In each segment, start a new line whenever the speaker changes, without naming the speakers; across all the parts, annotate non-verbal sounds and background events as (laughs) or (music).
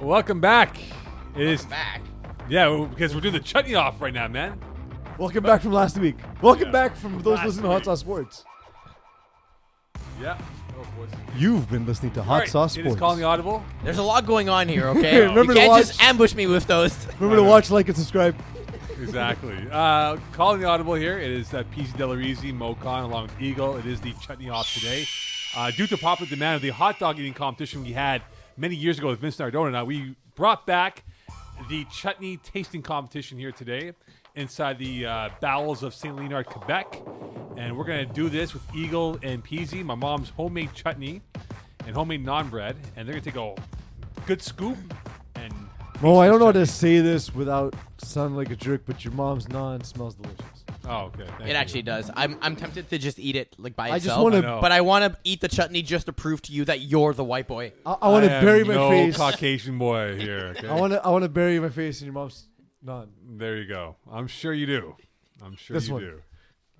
Welcome back. It is
back.
yeah, well, because we're doing the chutney off right now, man.
Welcome back from last week. Welcome
Yeah.
back from those
Last
listening to Hot
week.
Sauce Sports.
Yeah. Oh, boys.
You've been listening to Hot
All right,
Sauce
It
Sports.
is calling the audible.
There's a lot going
(laughs)
on here, okay? you
Remember to
can't
watch-
just ambush me with those. (laughs)
Remember to watch, like, and subscribe.
Exactly. Uh, calling the audible here. It is uh, PC Delarizi, Mocon, along with Eagle. It is the chutney off today. Uh, due to popular demand of the hot dog eating competition we had many years ago with Vince Nardone and I, we brought back the chutney tasting competition here today inside the uh, bowels of St. Leonard, Quebec. And we're going to do this with Eagle and Peasy, my mom's homemade chutney and homemade non bread. And they're going to take a good scoop and
Oh, I don't know how to say this without sounding like a jerk, but your mom's non smells delicious.
oh, okay. thank
It
you.
actually does. I'm, I'm tempted to just eat it like by
I
itself.
just wanna- I
know.
but I want to eat the chutney just to prove to you that you're the white boy.
I, I want to
am
bury my
no
face.
Caucasian boy
(laughs)
here. okay?
I want to. I want to bury my face in your mom's non.
there you go. I'm sure you do. I'm sure
This
you
one.
do.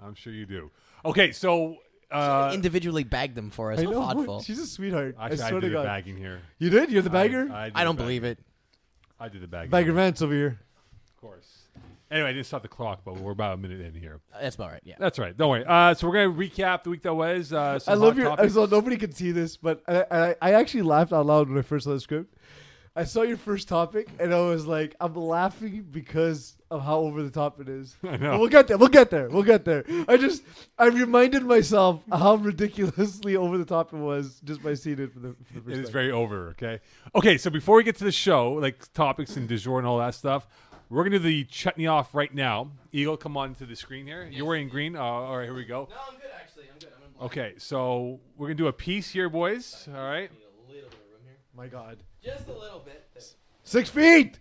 I'm sure you do. Okay, so uh,
Individually bag them for us.
I
How
know. (laughs)
thoughtful.
She's a sweetheart.
actually,
I
I,
swear to
did the
God.
bagging here.
You did. You're the bagger.
I, did
I don't
the bag-
believe it.
I did the bagging.
Bagger Vance over here.
of course. Anyway, I didn't stop the clock, but we're about a minute in here.
That's about right. Yeah.
That's right. Don't worry. Uh, so we're gonna recap the week that was. Uh, some
I love
hot
your.
topics.
So nobody can see this, but I, I, I actually laughed out loud when I first saw the script. I saw your first topic, and I was like, I'm laughing because of how over the top
(laughs)
it is. I
know.
We'll get there. We'll get there. We'll get there. I just, I reminded myself how ridiculously over the top it was just by seeing it for the, for the first
It is
time.
very over. Okay. Okay. So before we get to the show, like topics and du jour and all that stuff, we're gonna do the chutney off right now. Eagle, come on to the screen here. You're wearing green. Uh, all right. Here we go.
No, I'm good actually. I'm good. I'm gonna
Okay, so we're gonna do a piece here, boys. All right.
a little bit of room here.
My God.
Just a little bit.
Six feet.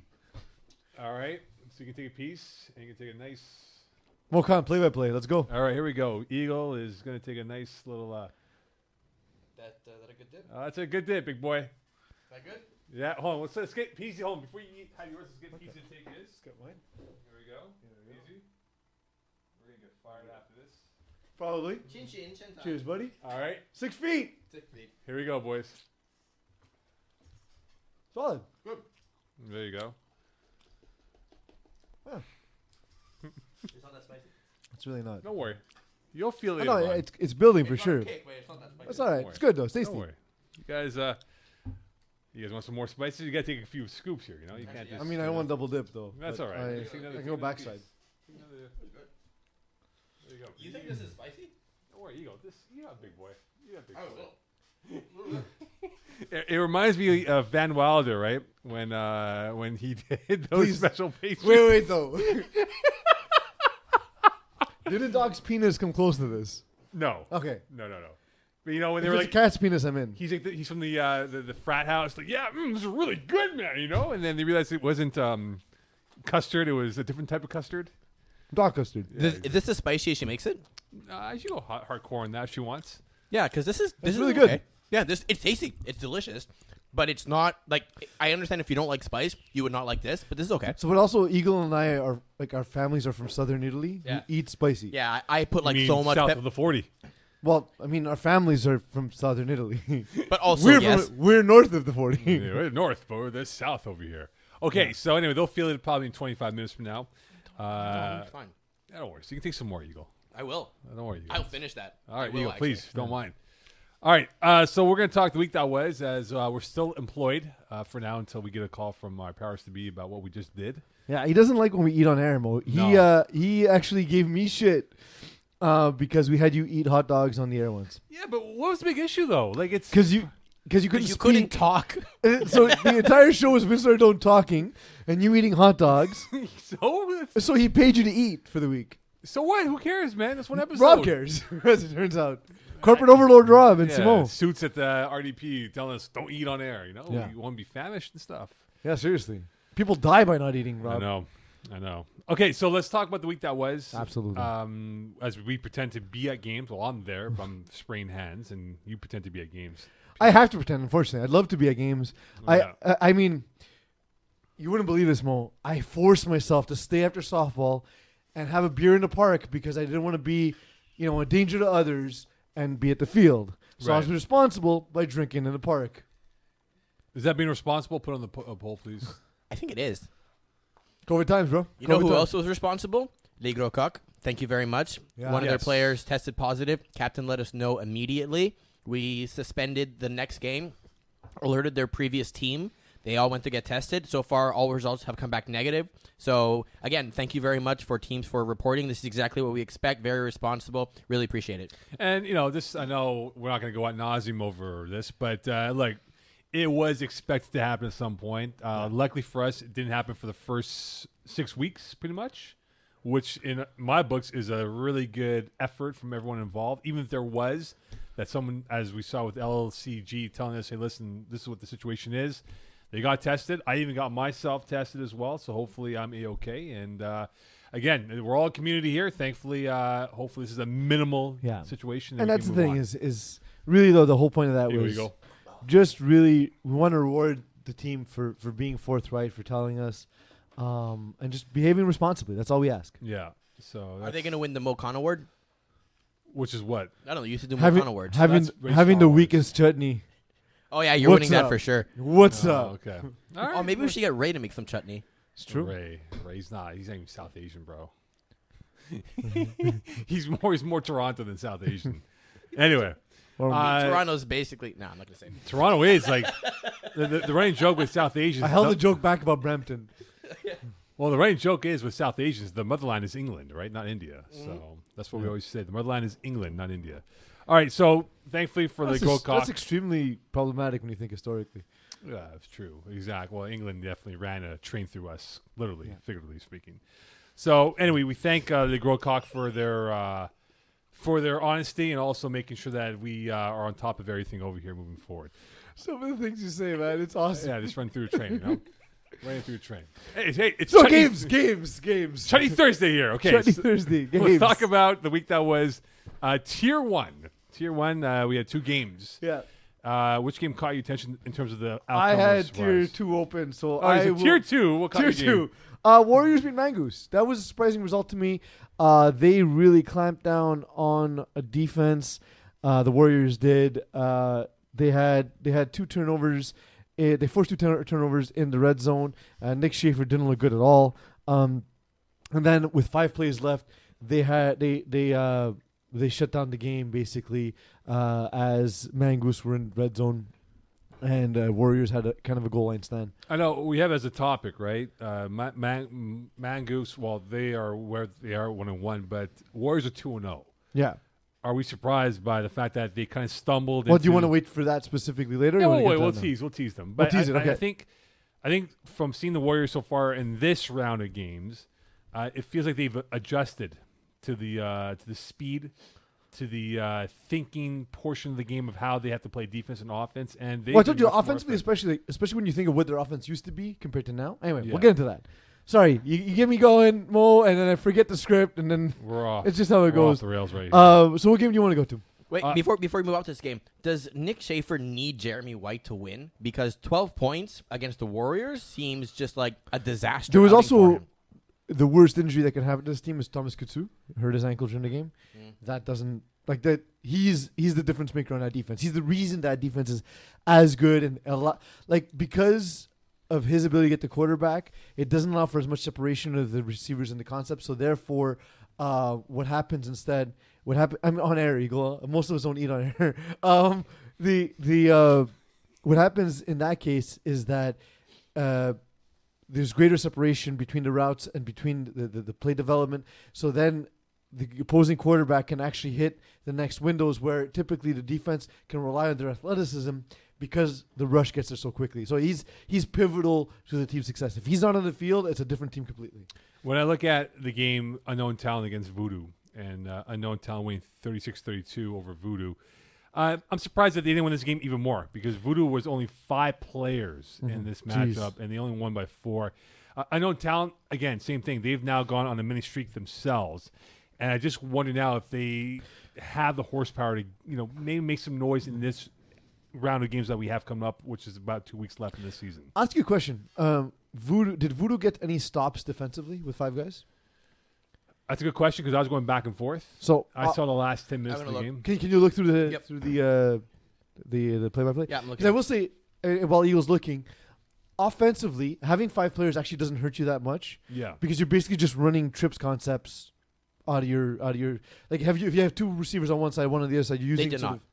All right. So you can take a piece and you can take a nice.
Well, come on, play by play. Let's go.
All right, here we go. Eagle is gonna take a nice little. Uh,
That, uh, that a good dip? Is
uh, that's a good dip, big boy.
that good?
Yeah. Hold on. Let's, let's get Peasy home before you eat, have yours. Let's get Peasy to take his. Here we go. Peasy. We're gonna get fired after this.
Probably.
Chin chin chin. time.
Cheers, buddy.
All right.
Six feet.
Tick, tick.
Here we go, boys.
Solid.
There you go.
It's not that spicy.
It's really not.
Don't worry. You'll feel
I
it.
know,
Yvonne.
it's, it's building for
It's not a
sure.
cake, but it's not that spicy.
It's all right.
Don't
It's good though. It's
Don't
tasty.
worry. You guys. Uh, you guys want some more spices? You gotta take a few scoops here. You know, you can't
Actually,
just.
I mean, I want double dip though.
That's
but
all right.
I,
Just another
I can
two
go
minute
backside.
piece. Another- There you go.
You think this is spicy?
Don't worry, you go. This you got big boy. You got big
I
boy.
will.
It, it reminds me of Van Wilder, right? When uh when he (laughs) did those
Please.
special pages.
Wait, wait though. (laughs) Did a dog's penis come close to this?
No.
Okay.
No, no, no. But you know when they
If
were
it's
like
a cat's penis, I'm in.
he's like the, he's from the uh the, the frat house, like, yeah, mm, this is really good, man, you know? And then they realized it wasn't um custard, it was a different type of custard.
Dog custard.
This, is this the spicy as she makes it?
Uh, she go hot, hardcore on that if she wants.
Yeah, because this is this
That's
is
really good.
okay. Yeah, this it's tasty. It's delicious, but it's not like I understand if you don't like spice, you would not like this. But this is okay.
So, but also Eagle and I are like our families are from southern Italy.
Yeah.
We eat spicy.
Yeah, I, I put like
I mean,
so much,
south
pep-
of the forty. (laughs)
Well, I mean, our families are from southern Italy. (laughs)
but also
we're
yes,
from, we're north of the forty.
Yeah, we're north, but we're this south over here. Okay, so anyway, they'll feel it probably in 25 minutes from now. Uh,
It's fine.
don't worry. So you can take some more, Eagle.
I will.
Uh, Don't worry, Eagle.
I'll finish that.
All
I
right,
will,
Eagle,
actually.
please don't mind. All right, uh, so we're going to talk the week that was, as uh, we're still employed uh, for now until we get a call from our powers to be about what we just did.
Yeah, he doesn't like when we eat on air, Mo. He
No.
uh, he actually gave me shit uh, because we had you eat hot dogs on the air once.
Yeah, but what was the big issue though? Like it's
Because you because you couldn't
You
speak.
couldn't talk.
And Uh, so the entire show was Vince Ardone talking and you eating hot dogs.
(laughs) so
so he paid you to eat for the week.
so what? Who cares, man? That's one episode.
Rob cares, (laughs) as it turns out. Corporate overlord Rob and
Yeah,
Simone.
suits at the RDP telling us don't eat on air. You know,
Yeah.
you want to be famished and stuff.
Yeah, seriously. People die by not eating,
I
Rob.
know. I know. Okay, so let's talk about the week that was.
Absolutely.
Um, as we pretend to be at games. Well, I'm there, but I'm (laughs) spraying hands, and you pretend to be at games.
I have to pretend, unfortunately. I'd love to be at games.
Yeah.
I, I I mean, you wouldn't believe this, Mo. I forced myself to stay after softball and have a beer in the park because I didn't want to be, you know, a danger to others and be at the field. So I was
Right.
responsible by drinking in the park.
Is that being responsible? Put on the po- a poll, please.
I think it is.
COVID times, bro.
You
COVID
know who
times.
else was responsible? Les Gros Coq. Thank you very much.
Yeah.
One of their
Yes.
players tested positive. Captain let us know immediately. We suspended the next game, alerted their previous team. They all went to get tested. So far, all results have come back negative. So, again, thank you very much for teams for reporting. This is exactly what we expect. Very responsible. Really appreciate it.
And you know, this I know we're not going to go at nauseum over this, but uh, like it was expected to happen at some point. Uh, Luckily for us, it didn't happen for the first six weeks, pretty much, which in my books is a really good effort from everyone involved. Even if there was that someone, as we saw with LLCG, telling us, "Hey, listen, this is what the situation is." They got tested. I even got myself tested as well, so hopefully I'm a okay. And uh, again, we're all a community here. Thankfully, uh, hopefully this is a minimal
Yeah.
situation.
and
we
that's the
can
thing
move on.
is is really though the whole point of that
Here we
was
go.
just really we want to reward the team for for being forthright for telling us um and just behaving responsibly that's all we ask
yeah. So
Are
that's,
they going to win the Mocon Award?
which is what
I don't know. You used to do
having
Mocon Awards.
having,
That's very
having the
small words.
weakest chutney
oh, yeah. You're
What's
winning that
up?
for sure.
what's
Oh,
up
(laughs)
Okay.
Oh, maybe we should get Ray to make some chutney.
it's true
Ray, Ray's not. He's not even South Asian,
(laughs)
bro. (laughs) he's more. He's more Toronto than South Asian.
(laughs)
Anyway,
Or-
uh,
Toronto's basically. No, I'm not going to say
Toronto is like the, the, the running joke with South Asians.
i held
the-
the joke back
(laughs)
about brampton
Well, the running joke is with South Asians, the motherland is England, right? Not India.
Mm-hmm.
So that's what we always say. The motherland is England, not India. All right. So thankfully for
that's,
the Gold
ex- that's
Cock,
extremely problematic when you think historically
yeah, it's true. Exactly. Well, England definitely ran a train through us, literally, figuratively speaking. So anyway, we thank uh, the Grow Cock for their uh, for their honesty and also making sure that we uh, are on top of everything over here moving
(laughs)
forward.
some of the things you say man it's
(laughs)
awesome
Yeah, just run through a train, you know, running through a train. Hey, hey, it's
so
Chutney-
games games games
Chutney Thursday here. Okay,
Chutney
so- (laughs)
thursday games
Let's talk about the week that was uh, tier one. Tier one, uh, we had two games.
yeah
Uh, which game caught your attention in terms of the outcome?
i
of
had tier
surprise?
two open
Oh,
so i
is it
will-
tier two. What caught
Tier
your game?
two. Uh, Warriors beat Mangoose. That was a surprising result to me. Uh, they really clamped down on a defense. Uh, the Warriors did. Uh, they had they had two turnovers. Eh, they forced two turn- turnovers in the red zone. Uh, Nick Schaefer didn't look good at all. Um, and then with five plays left, they had they they uh, they shut down the game basically uh, as Mangoose were in red zone, and uh, Warriors had a kind of a goal line stand.
I know we have as a topic, right? Uh, Ma- Man- Mangoose. Well, they are where they are one and one, but Warriors are two and zero.
Yeah.
Are we surprised by the fact that they kind of stumbled?
Well, do you
into-
want to wait for that specifically later? or
Yeah,
you
we'll,
wanna
wait,
get
we'll
to that now?
tease. We'll tease them. But
tease
I,
it,
I- I
okay.
think, I think from seeing the Warriors so far in this round of games, uh, it feels like they've adjusted to the uh, to the speed, to the uh, thinking portion of the game of how they have to play defense and offense. And they
Well, I told you offensively, especially especially when you think of what their offense used to be compared to now. Anyway,
Yeah.
we'll get into that. Sorry, you, you get me going, Mo, and then I forget the script, and then
we're off.
it's just how
we're
it goes.
off the rails right here.
Uh, so, what game do you want to go to?
Wait,
Uh,
before before we move out to this game, does Nick Schaefer need Jeremy White to win? Because twelve points against the Warriors seems just like a disaster.
There was
outing
also-
for him.
The worst injury that can happen to this team is Thomas Kutsu hurt his ankle during the game.
Mm.
That doesn't like that. He's he's the difference maker on that defense. He's the reason that defense is as good and a lot like because of his ability to get the quarterback. It doesn't allow for as much separation of the receivers and the concept. So therefore, uh, what happens instead? What happen? I'm on air, Eagle. Most of us don't eat on air. (laughs) um, the the uh, what happens in that case is that. Uh, there's greater separation between the routes and between the, the, the play development. So then the opposing quarterback can actually hit the next windows where typically the defense can rely on their athleticism because the rush gets there so quickly. So he's he's pivotal to the team's success. If he's not on the field, it's a different team completely.
When I look at the game Unknown Talent against Voodoo and uh, Unknown Talent winning 36 32 over Voodoo, uh, I'm surprised that they didn't win this game even more because Voodoo was only five players in this
Jeez.
matchup and they only won by four. Uh, Unknown Talent, again, same thing. They've now gone on a mini streak themselves. And I just wonder now if they have the horsepower to, you know, maybe make some noise in this round of games that we have coming up, which is about two weeks left in this season.
I'll ask you a question. Um, Voodoo, did Voodoo get any stops defensively with five guys?
That's a good question because I was going back and forth.
So
I
uh,
saw the last 10 minutes
I'm
of the
gonna look.
game.
Can, can you look through the
Yep.
through the uh, the the play by play?
Yeah, I'm looking.
Because I will say uh, while Eagles looking, offensively having five players actually doesn't hurt you that much
Yeah.
because you're basically just running trips concepts out of your out of your like have you if you have two receivers on one side, one on the other side, you're using
did
sort
not.
of-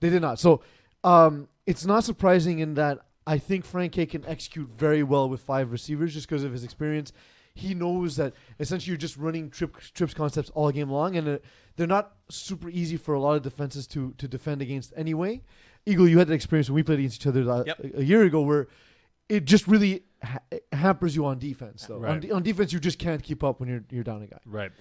they did not. So um, it's not surprising in that I think Frank K can execute very well with five receivers just because of his experience. He knows that essentially you're just running trip, trips concepts all game long, and uh, they're not super easy for a lot of defenses to to defend against anyway. Eagle, you had that experience when we played against each other la-
Yep.
a, a year ago, where it just really ha- hampers you on defense. Though
Right.
on, de- on defense, you just can't keep up when you're you're down a guy.
Right.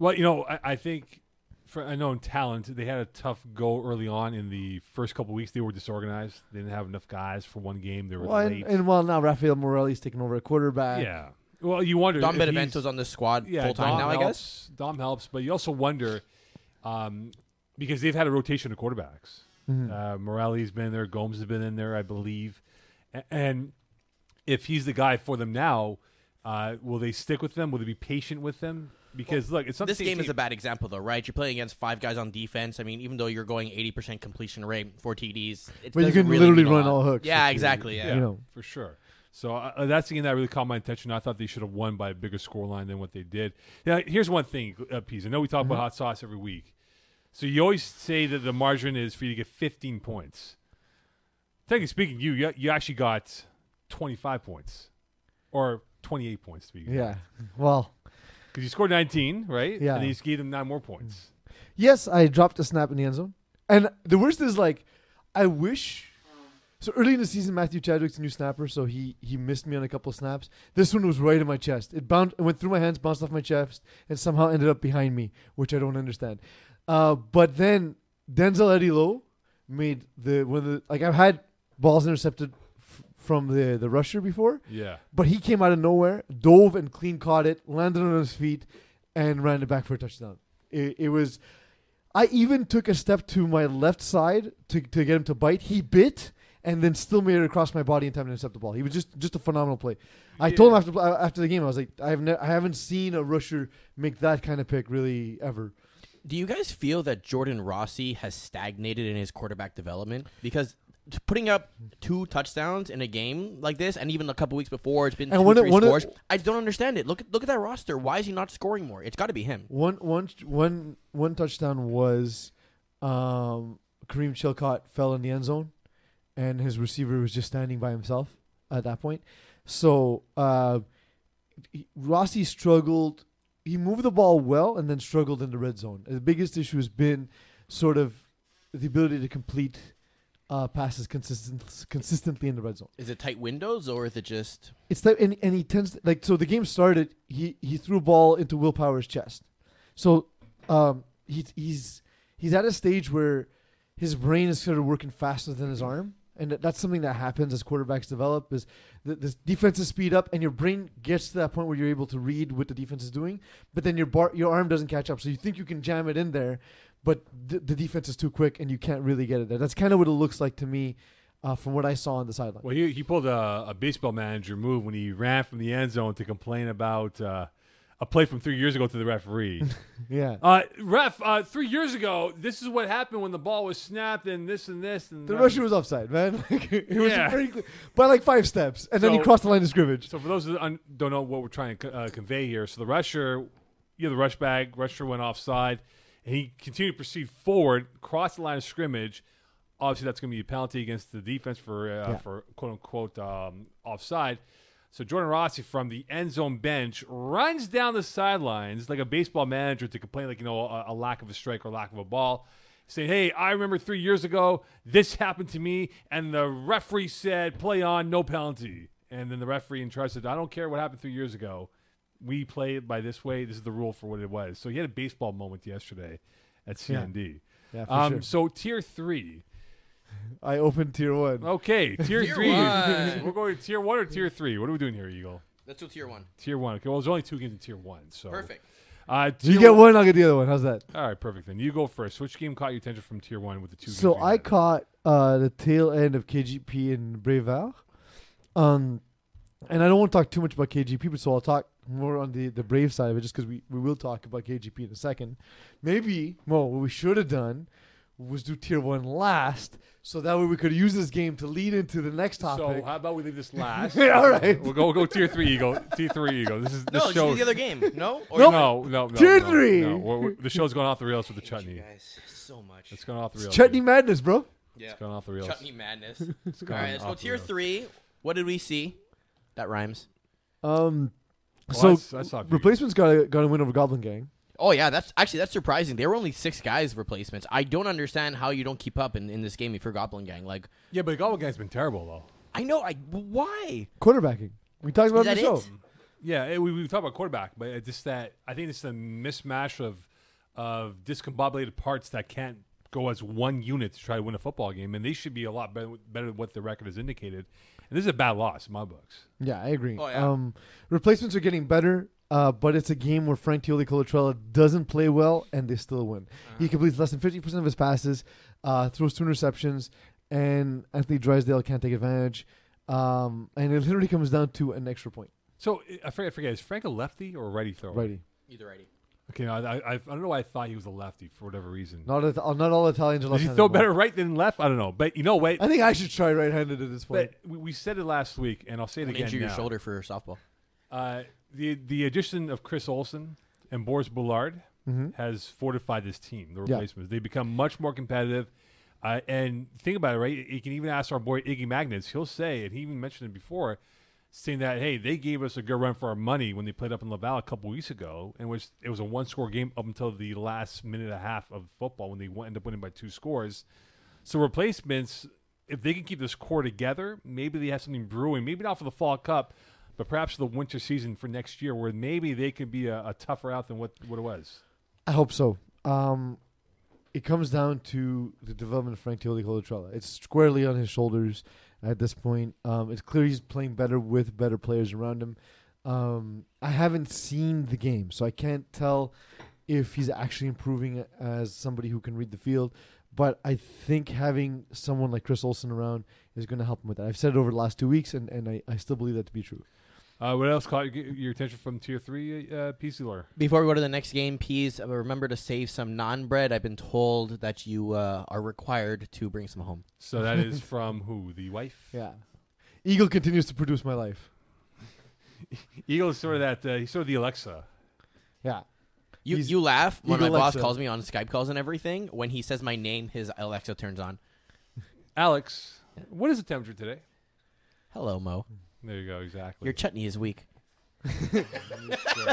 Well, you know, I, I think for I know in talent they had a tough go early on in the first couple weeks. They were disorganized. They didn't have enough guys for one game. They were
Well, and,
late.
and well, now Rafael Morelli's taking over a quarterback.
yeah. Well, you wonder. if
Don
he's-
Benevento's on this squad
yeah,
full time
Dom
now, I guess.
helps. Dom helps, but you also wonder um, because they've had a rotation of quarterbacks.
Mm-hmm.
Uh, Morelli's been there. Gomes has been in there, I believe. A- and if he's the guy for them now, uh, will they stick with them? Will they be patient with them? Because look, it's not the
This
same
game is
team.
a bad example, though, right? You're playing against five guys on defense. I mean, even though you're going 80% completion rate, four TDs, it
But you
doesn't
can
really
literally
mean a
run
lot.
all hooks
Yeah,
if you-
exactly.
Yeah,
Yeah.
you know.
for sure. So uh, that's the game that really caught my attention. I thought they should have won by a bigger scoreline than what they did. Now, here's one thing, uh, Pease. I know we talk
Mm-hmm.
about hot sauce every week. So you always say that the margin is for you to get 15 points. Technically speaking, you you, you actually got 25 points or 28 points to be
Yeah. Well,
because you scored 19, right?
Yeah.
and then you just gave them nine more points.
yes, I dropped a snap in the end zone. And the worst is like, I wish. So early in the season, Matthew Chadwick's a new snapper, so he he missed me on a couple snaps. This one was right in my chest. It bounced, it went through my hands, bounced off my chest, and somehow ended up behind me, which I don't understand. Uh, but then Denzel Eddie Lowe made the one of the like I've had balls intercepted f- from the the rusher before,
Yeah,
But he came out of nowhere, dove and clean caught it, landed on his feet, and ran it back for a touchdown. It, it was. I even took a step to my left side to, to get him to bite. He bit and then still made it across my body in time to intercept the ball. He was just just a phenomenal play. I told him after after the game, I was like, I've ne- I haven't seen a rusher make that kind of pick really ever.
Do you guys feel that Jordan Rossi has stagnated in his quarterback development? Because t- putting up two touchdowns in a game like this, and even a couple weeks before, it's been
And
two,
one of-
three
one of-
scores. I don't understand it. Look at look at that roster. Why is he not scoring more? It's got to be him.
One one one one touchdown was um, Kareem Chilcott fell in the end zone, and his receiver was just standing by himself at that point. So uh, he- Rossi struggled. He moved the ball well and then struggled in the red zone. The biggest issue has been sort of the ability to complete uh, passes consistent, consistently in the red zone.
Is it tight windows or is it just?
It's that, and, and he tends like so. The game started. He he threw a ball into Will Power's chest. So um, he he's he's at a stage where his brain is sort of working faster than his arm, and that- that's something that happens as quarterbacks develop. Is the, the defenses speed up, and your brain gets to that point where you're able to read what the defense is doing, but then your bar, your arm doesn't catch up. So you think you can jam it in there, but the, the defense is too quick, and you can't really get it there. That's kind of what it looks like to me, uh, from what I saw on the sideline.
Well, he, he pulled a, a baseball manager move when he ran from the end zone to complain about uh, a play from three years ago to the referee.
Yeah.
uh, ref, uh, three years ago, this is what happened when the ball was snapped and this and this. And
The
that.
rusher was offside, man. (laughs) Like, it was
Yeah.
very clear- by like five steps, and then he
So-
crossed the line of scrimmage.
So for those that un- don't know what we're trying to co- uh, convey here, so the rusher, you know, the rush bag, rusher went offside, and he continued to proceed forward, crossed the line of scrimmage. Obviously, that's going to be a penalty against the defense for uh,
Yeah.
for quote unquote um, offside. So Jordan Rossi from the end zone bench runs down the sidelines like a baseball manager to complain, like you know, a, a lack of a strike or lack of a ball. Say, hey, I remember three years ago this happened to me, and the referee said, play on, no penalty. And then the referee in charge said, I don't care what happened three years ago. We play it by this way. This is the rule for what it was. So he had a baseball moment yesterday at CND.
Yeah, for
um,
sure.
So tier three.
I opened tier one.
Oh,
(laughs)
Okay, tier,
Tier
three. (laughs)
one.
We're going to tier one or tier three. What are we doing here, Eagle?
Let's do tier one.
Tier one. Okay, well, there's only two games in tier one. So
Perfect.
Uh,
you
tier
get one, I'll get the other one. How's that?
All right, perfect. Then you go first. Which game caught your attention from tier one with the two?
So
games we
I
had?
caught uh, the tail end of KGP and Brevard. Um, and I don't want to talk too much about KGP, but so I'll talk more on the, the Brave side of it just because we, we will talk about KGP in a second. Maybe, well, what we should have done was do tier one last, so that way we could use this game to lead into the next
So
topic.
how about we leave
(laughs)
this last?
all right.
We'll go we'll go tier three eagle. Tier three eagle. This is
No,
this
just
show.
the other (laughs) game. No? Or
Nope.
no, no, no.
Tier
no,
three.
No. We're- we're- the show's going off the rails with the
I hate you
chutney.
guys so much.
It's going off the
It's
rails.
chutney
dude.
madness, bro.
Yeah.
It's going off the rails.
Chutney (laughs) madness. All
gone
right, let's go
off the
tier
rails.
three. What did we see? That rhymes.
Um,
Well,
so
that's- that's not replace.
replacement's got to got to win over Goblin Gang.
Oh yeah, that's actually that's surprising. There were only six guys replacements. I don't understand how you don't keep up in, in this game if you're Goblin Gang. Like
Yeah, but Goblin Gang's been terrible though.
I know, I why?
Quarterbacking. We talked about
Is
the
that
show.
it?
Yeah, it, we we talk about quarterback, but it's just that I think it's a mismatch of of discombobulated parts that can't go as one unit to try to win a football game, and they should be a lot better better than what the record has indicated. And this is a bad loss in my books.
Yeah, I agree.
Oh, yeah.
Um, replacements are getting better, uh, but it's a game where Frank Tioli Colatrella doesn't play well and they still win.
Ah.
He completes less than 50% of his passes, uh, throws two interceptions, and Anthony Drysdale can't take advantage. Um, and it literally comes down to an extra point.
So I forget, I forget is Frank a lefty or a righty thrower?
Righty.
Either righty.
Okay, I, I, I don't know why I thought he was a lefty for whatever reason.
Not a, not all Italians are
Does he
left-handed,
throw
though.
better right than left? I don't know. But you know what?
I think I should try right-handed at this point.
But we, we said it last week, and I'll say it
Don't
again
injure your
now.
shoulder for softball.
Uh, the the addition of Chris Olsen and Boris Boulard has fortified this team. The
Mm-hmm. Yeah.
replacements they become much more competitive. Uh, and think about it, right? You can even ask our boy Iggy Magnus. He'll say, and he even mentioned it before, saying that hey, they gave us a good run for our money when they played up in Laval a couple weeks ago, and was it was a one score game up until the last minute and a half of football when they went- end up winning by two scores. So replacements, if they can keep this core together, maybe they have something brewing. Maybe not for the fall cup, but perhaps for the winter season for next year, where maybe they could be a, a tougher out than what, what it was.
I hope so. Um, it comes down to the development of Frank Tioli Colatrella. It's squarely on his shoulders at this point. Um, it's clear he's playing better with better players around him. Um, I haven't seen the game, so I can't tell if he's actually improving as somebody who can read the field. But I think having someone like Chris Olsen around is going to help him with that. I've said it over the last two weeks, and, and I, I still believe that to be true.
Uh, what else caught your, your attention from tier three uh, PC lore?
Before we go to the next game, please uh, remember to save some non bread. I've been told that you uh, are required to bring some home.
So that (laughs) is from who? The wife.
Yeah. Eagle continues to produce my life.
Eagle is sort of that. Uh, he's sort of the Alexa.
Yeah.
You
He's-
you laugh when my
Eagle
boss
Alexa.
calls me on Skype calls and everything. When he says my name, his Alexa turns on.
Alex, what is the temperature today?
Hello, Mo.
There you go. Exactly.
Your chutney is weak.
So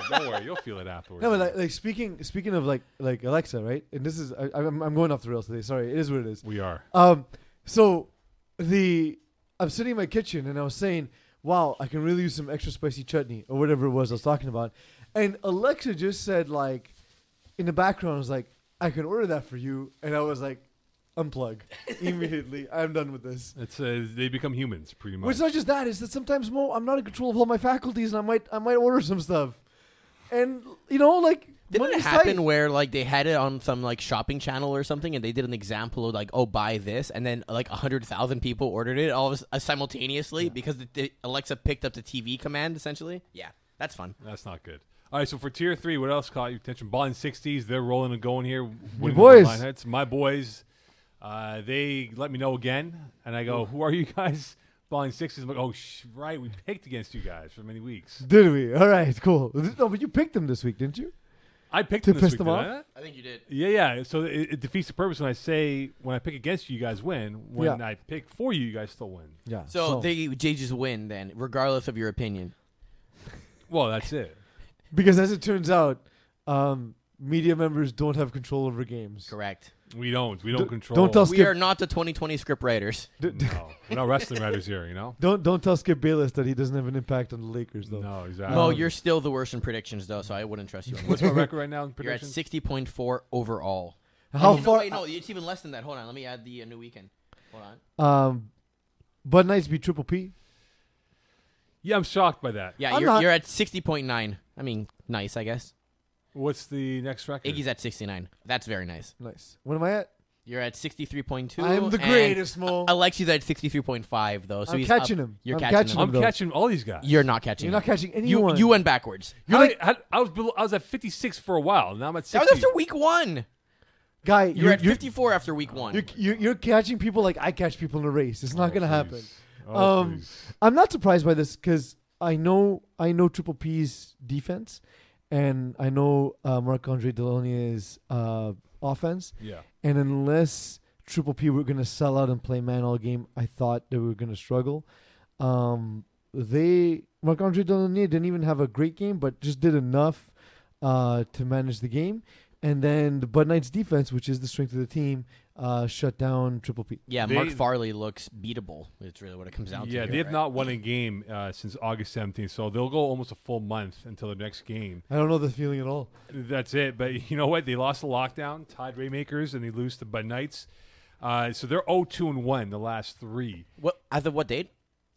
don't worry, you'll feel it afterwards.
(laughs) No, but like, like speaking speaking of like like Alexa, right? And this is I, I'm I'm going off the rails today. Sorry, it is what it is.
we are.
Um, so the I'm sitting in my kitchen and I was saying, "Wow, I can really use some extra spicy chutney or whatever it was I was talking about," and Alexa just said like, in the background, I was like, "I can order that for you," and I was like,
(laughs)
"Unplug immediately. I'm done with this."
It's uh, they become humans pretty much.
Well, it's not just that. It's that sometimes Mo, I'm not in control of all my faculties, and I might I might order some stuff, and you know like.
Didn't it
money's
happen
tight.
where like they had it on some like shopping channel or something, and they did an example of like, oh, buy this, and then like hundred thousand people ordered it all of a- uh, simultaneously because the, the Alexa picked up the TV command essentially. Yeah, that's fun.
That's not good. All right, so for tier three, what else caught your attention? Ball and sixties, they're rolling and going here. Winning the
boys.
line hits. my boys. Uh, they let me know again, and I go, "Who are you (laughs) guys?" Ball and sixties. I'm like, "Oh, sh- right, we picked against you guys for many weeks.
Did we? All right, cool. No, but you picked them this week, didn't you?
I picked
To
them this
piss
week,
them
didn't
off?
I?
I think you did.
Yeah, yeah. So it, it defeats the purpose when I say when I pick against you, you guys win. When
Yeah.
I pick for you, you guys still win.
Yeah.
So, they they just win then, regardless of your opinion.
Well, that's it.
because as it turns out, um, media members don't have control over games.
Correct.
We don't. We don't
Don't-
control.
don't tell-
We
Skip-
are not the 2020 script writers.
No, we're not wrestling writers here. You know.
Don't don't tell Skip Bayless that he doesn't have an impact on the Lakers though.
No, exactly.
Mo, you're still the worst in predictions though, so I wouldn't trust (laughs) you. on this.
What's my record right now in
You're at
predictions?
60.4 overall.
How
Oh, no,
far?
wait, no, it's even less than that. Hold on, let me add the uh, new weekend. Hold on.
Um, Bud Knights beat Triple P.
Yeah, I'm shocked by that.
Yeah,
I'm
you're,
not-
you're at 60.9. I mean, nice, I guess.
What's the next record?
Iggy's at 69. That's very nice.
Nice. What am I at?
You're at 63.2.
I'm the
and
greatest, Mo.
Alexi's at 63.5, though. So
I'm
he's
catching
up.
him.
You're
I'm
catching,
catching
him.
I'm
though.
catching all these guys.
You're not catching
You're not
him.
catching
You,
anyone.
you went backwards.
You're
I-
like- I, I was below, I was at 56 for a while. Now I'm at
That
60.
was after week one.
guy,
You're, at 54 after week one.
You're, you're, you're catching people like I catch people in a race. It's not
Oh,
going to
please.
happen.
Oh,
um,
please.
I'm not surprised by this because I know I know Triple P's defense, and I know uh, Marc Andre Delonier's uh, offense.
yeah.
And unless Triple P were going to sell out and play man all game, I thought they were going to struggle. Um, they Marc Andre Delonier didn't even have a great game, but just did enough uh, to manage the game. And then the Bud Knights defense, which is the strength of the team, uh, shut down Triple P.
yeah,
They-
Mark Farley looks beatable. It's really what it comes down to.
Yeah,
here,
they have
right?
not won a game uh, since August 17th, so they'll go almost a full month until the next game.
I don't know the feeling at all.
That's it. But (laughs) you know what? They lost the lockdown, tied Raymakers, and they lose to Bud Knights. Uh, so they're 0 2 and 1 the last three
What, as of what date?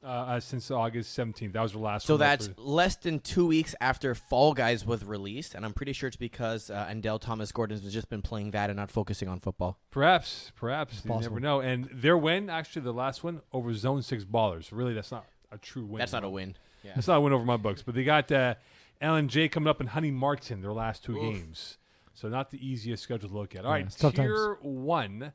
uh, uh, since August 17th. That was their last
So
one.
that's
where-
less than two weeks after Fall Guys was released, and I'm pretty sure it's because uh, Andell Thomas Gordon has just been playing that and not focusing on football.
perhaps, perhaps. You
possible.
never know. And their win, actually, the last one over Zone 6 Ballers. Really, that's not a true win.
That's not a win. Yeah.
That's not a win over my Bucks. But they got uh, Alan J coming up and Honey Martin their last two games. So not the easiest schedule to look at. All right,
it's tough times.
tier one.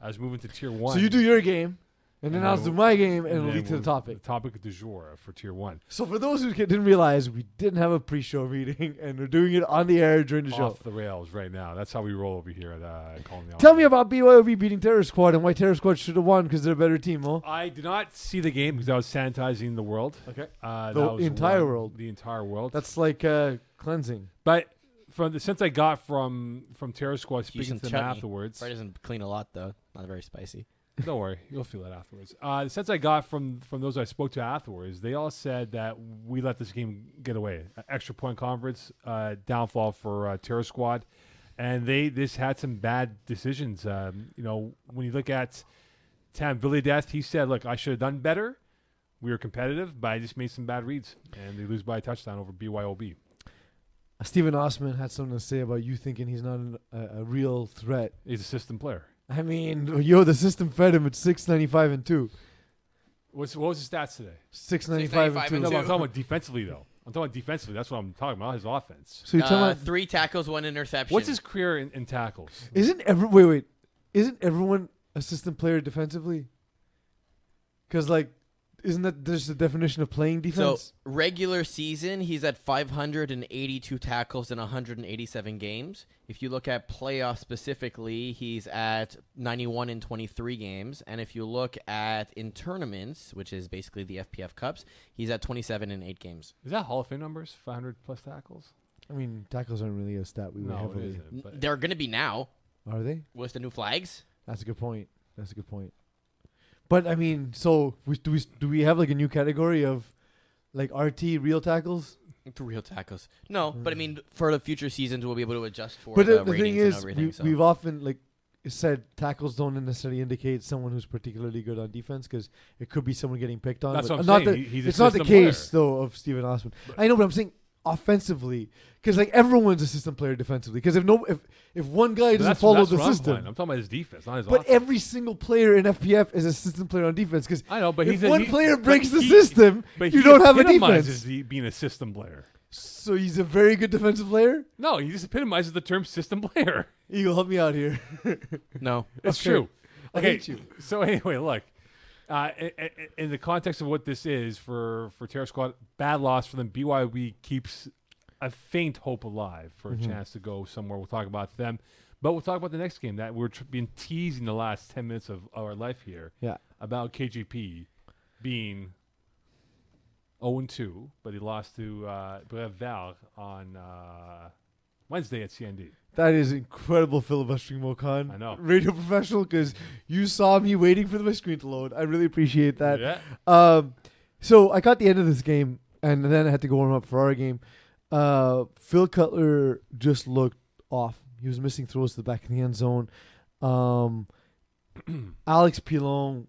I was moving to tier one.
So you do your game, and then
And
I'll
then
do
we'll-
my game, and
then
it'll lead to the
we'll- (laughs)
topic.
The topic du jour for tier one.
So for those who didn't realize, we didn't have a pre-show meeting, (laughs) and we're doing it on the air during the show.
Off the rails right now. That's how we roll over here at uh, Calling the
Tell
Audible.
me about BYOB beating Terror Squad and why Terror Squad should have won because they're a better team, huh?
I did not see the game because I was sanitizing the world.
Okay.
Uh,
The
that was
entire
one-
world.
The entire world.
That's like uh, cleansing.
but from the sense I got from from Terror Squad speaking
Houston
to them
chutney.
afterwards.
Fred doesn't clean a lot though. Not very spicy.
(laughs) Don't worry, you'll feel it afterwards. Uh, the sense I got from from those I spoke to afterwards, they all said that we let this game get away. Uh, Extra point conference, uh, downfall for uh, Terror Squad, and they this had some bad decisions. Um, you know, when you look at Tam Billy Death, he said, "Look, I should have done better. We were competitive, but I just made some bad reads, and they lose by a touchdown over BYOB."
Uh, Steven Osman had something to say about you thinking he's not an, a, a real threat.
He's a system player.
I mean, (laughs) yo, the system fed him at 695 and 2.
What's, what was his stats today?
695,
695
and
No,
2.
but I'm talking about defensively though. I'm talking about defensively. That's what I'm talking about. His offense.
So you're talking
Uh,
about.
three tackles, one interception.
What's his career in, in tackles?
isn't every. Wait, wait. Isn't everyone a system player defensively? Because, like, isn't that just the definition of playing
so
defense?
regular season? He's at 582 tackles in 187 games. If you look at playoffs specifically, he's at 91 in 23 games. And if you look at in tournaments, which is basically the FPF Cups, he's at 27 in eight games.
Is that Hall of Fame numbers? 500 plus tackles?
I mean, tackles aren't really a stat we would
No, it
heavily.
isn't. But
They're going to be now
Are they?
with the new flags.
That's a good point. That's a good point. But I mean, so we, do we do we have like a new category of like RT real tackles?
To real tackles. No, but I mean, for the future seasons, we'll be able to adjust for
Mm. but
the,
the, the
ratings
thing
and
is,
everything.
we,
so.
we've often like said tackles don't necessarily indicate someone who's particularly good on defense because it could be someone getting picked on.
That's
but
what I'm
not
saying.
that-
He- he's a
it's not the
system
case
player.
though of Steven Osman. I know, but I'm saying offensively because like everyone's a system player defensively because if no if if one guy doesn't
that's,
follow
that's
the
what I'm
system.
playing. I'm talking about his defense, not his
but
offense.
every single player in FPF is a system player on defense because
I know, but
if
he's a-
one
he-
player
but
breaks the
he-
system,
but
you
he
don't have a
epitomizes
defense.
the- being a system player.
So he's a very good defensive player.
No, he just epitomizes the term system player. (laughs)
Eagle, help me out here. (laughs)
no.
It's
Okay.
true.
I
Okay,
hate you.
so anyway, look. Uh, i- i- i- in the context of what this is for for Terror Squad, bad loss for them. BYOB keeps a faint hope alive for
Mm-hmm.
a chance to go somewhere. We'll talk about them, but we'll talk about the next game that we're tr- been teasing the last ten minutes of our life here.
Yeah.
about KGP being 0 and 2, but he lost to uh, Breval on uh, Wednesday at CND.
That is incredible filibustering, Mokan.
I know.
Radio professional, because you saw me waiting for my screen to load. I really appreciate that.
yeah,
Um, so I caught the end of this game, and then I had to go warm up for our game. Uh, Phil Cutler just looked off. He was missing throws to the back of the end zone. Um, (clears throat) Alex Pilon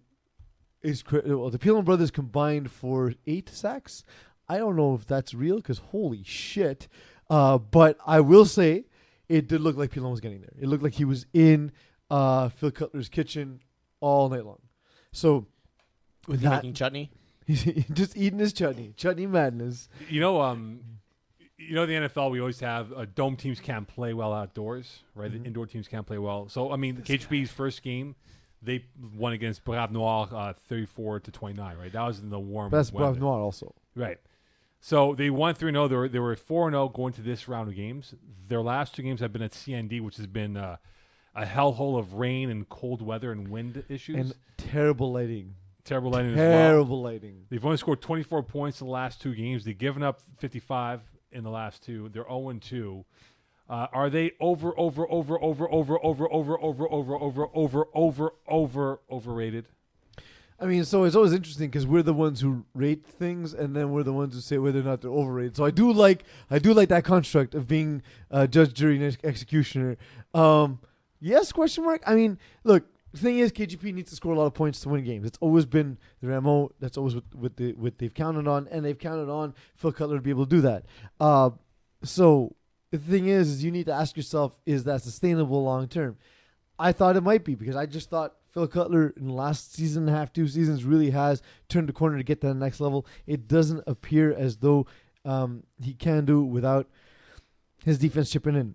is cri- well, the Pilon brothers combined for eight sacks. I don't know if that's real because holy shit. Uh, but I will say it did look like Pilon was getting there. It looked like he was in uh, Phil Cutler's kitchen all night long. So
With
that- (laughs)
making chutney?
He's just eating his chutney, chutney madness.
you know, um, you know the NFL we always have uh, dome teams can't play well outdoors, right?
Mm-hmm.
The indoor teams can't play well. So I mean, the KHB's first game, they won against Brav Noir, uh, thirty-four to twenty-nine, right? That was in the warm.
But that's
weather.
Brave Noir also.
Right. So they won 3 0. They were, they were 4 0 going to this round of games. Their last two games have been at CND, which has been uh, a hellhole of rain and cold weather and wind issues.
And terrible lighting.
terrible lighting as well.
Terrible lighting.
They've only scored 24 points in the last two games. They've given up 55 in the last two. They're 0 2. Uh, are they over, over, over, over, over, over, over, over, over, over, over, over, over, overrated?
I mean, so it's always interesting because we're the ones who rate things, and then we're the ones who say whether or not they're overrated. So I do like I do like that construct of being uh, judge, jury, and ex- executioner. Um, yes, question mark. I mean, look, the thing is, KGP needs to score a lot of points to win games. It's always been their mo. That's always what what, they, what they've counted on, and they've counted on Phil Cutler to be able to do that. Uh, so the thing is, is you need to ask yourself: Is that sustainable long term? I thought it might be because I just thought Phil Cutler in the last season and a half, two seasons, really has turned the corner to get to the next level. It doesn't appear as though um, he can do without his defense chipping in.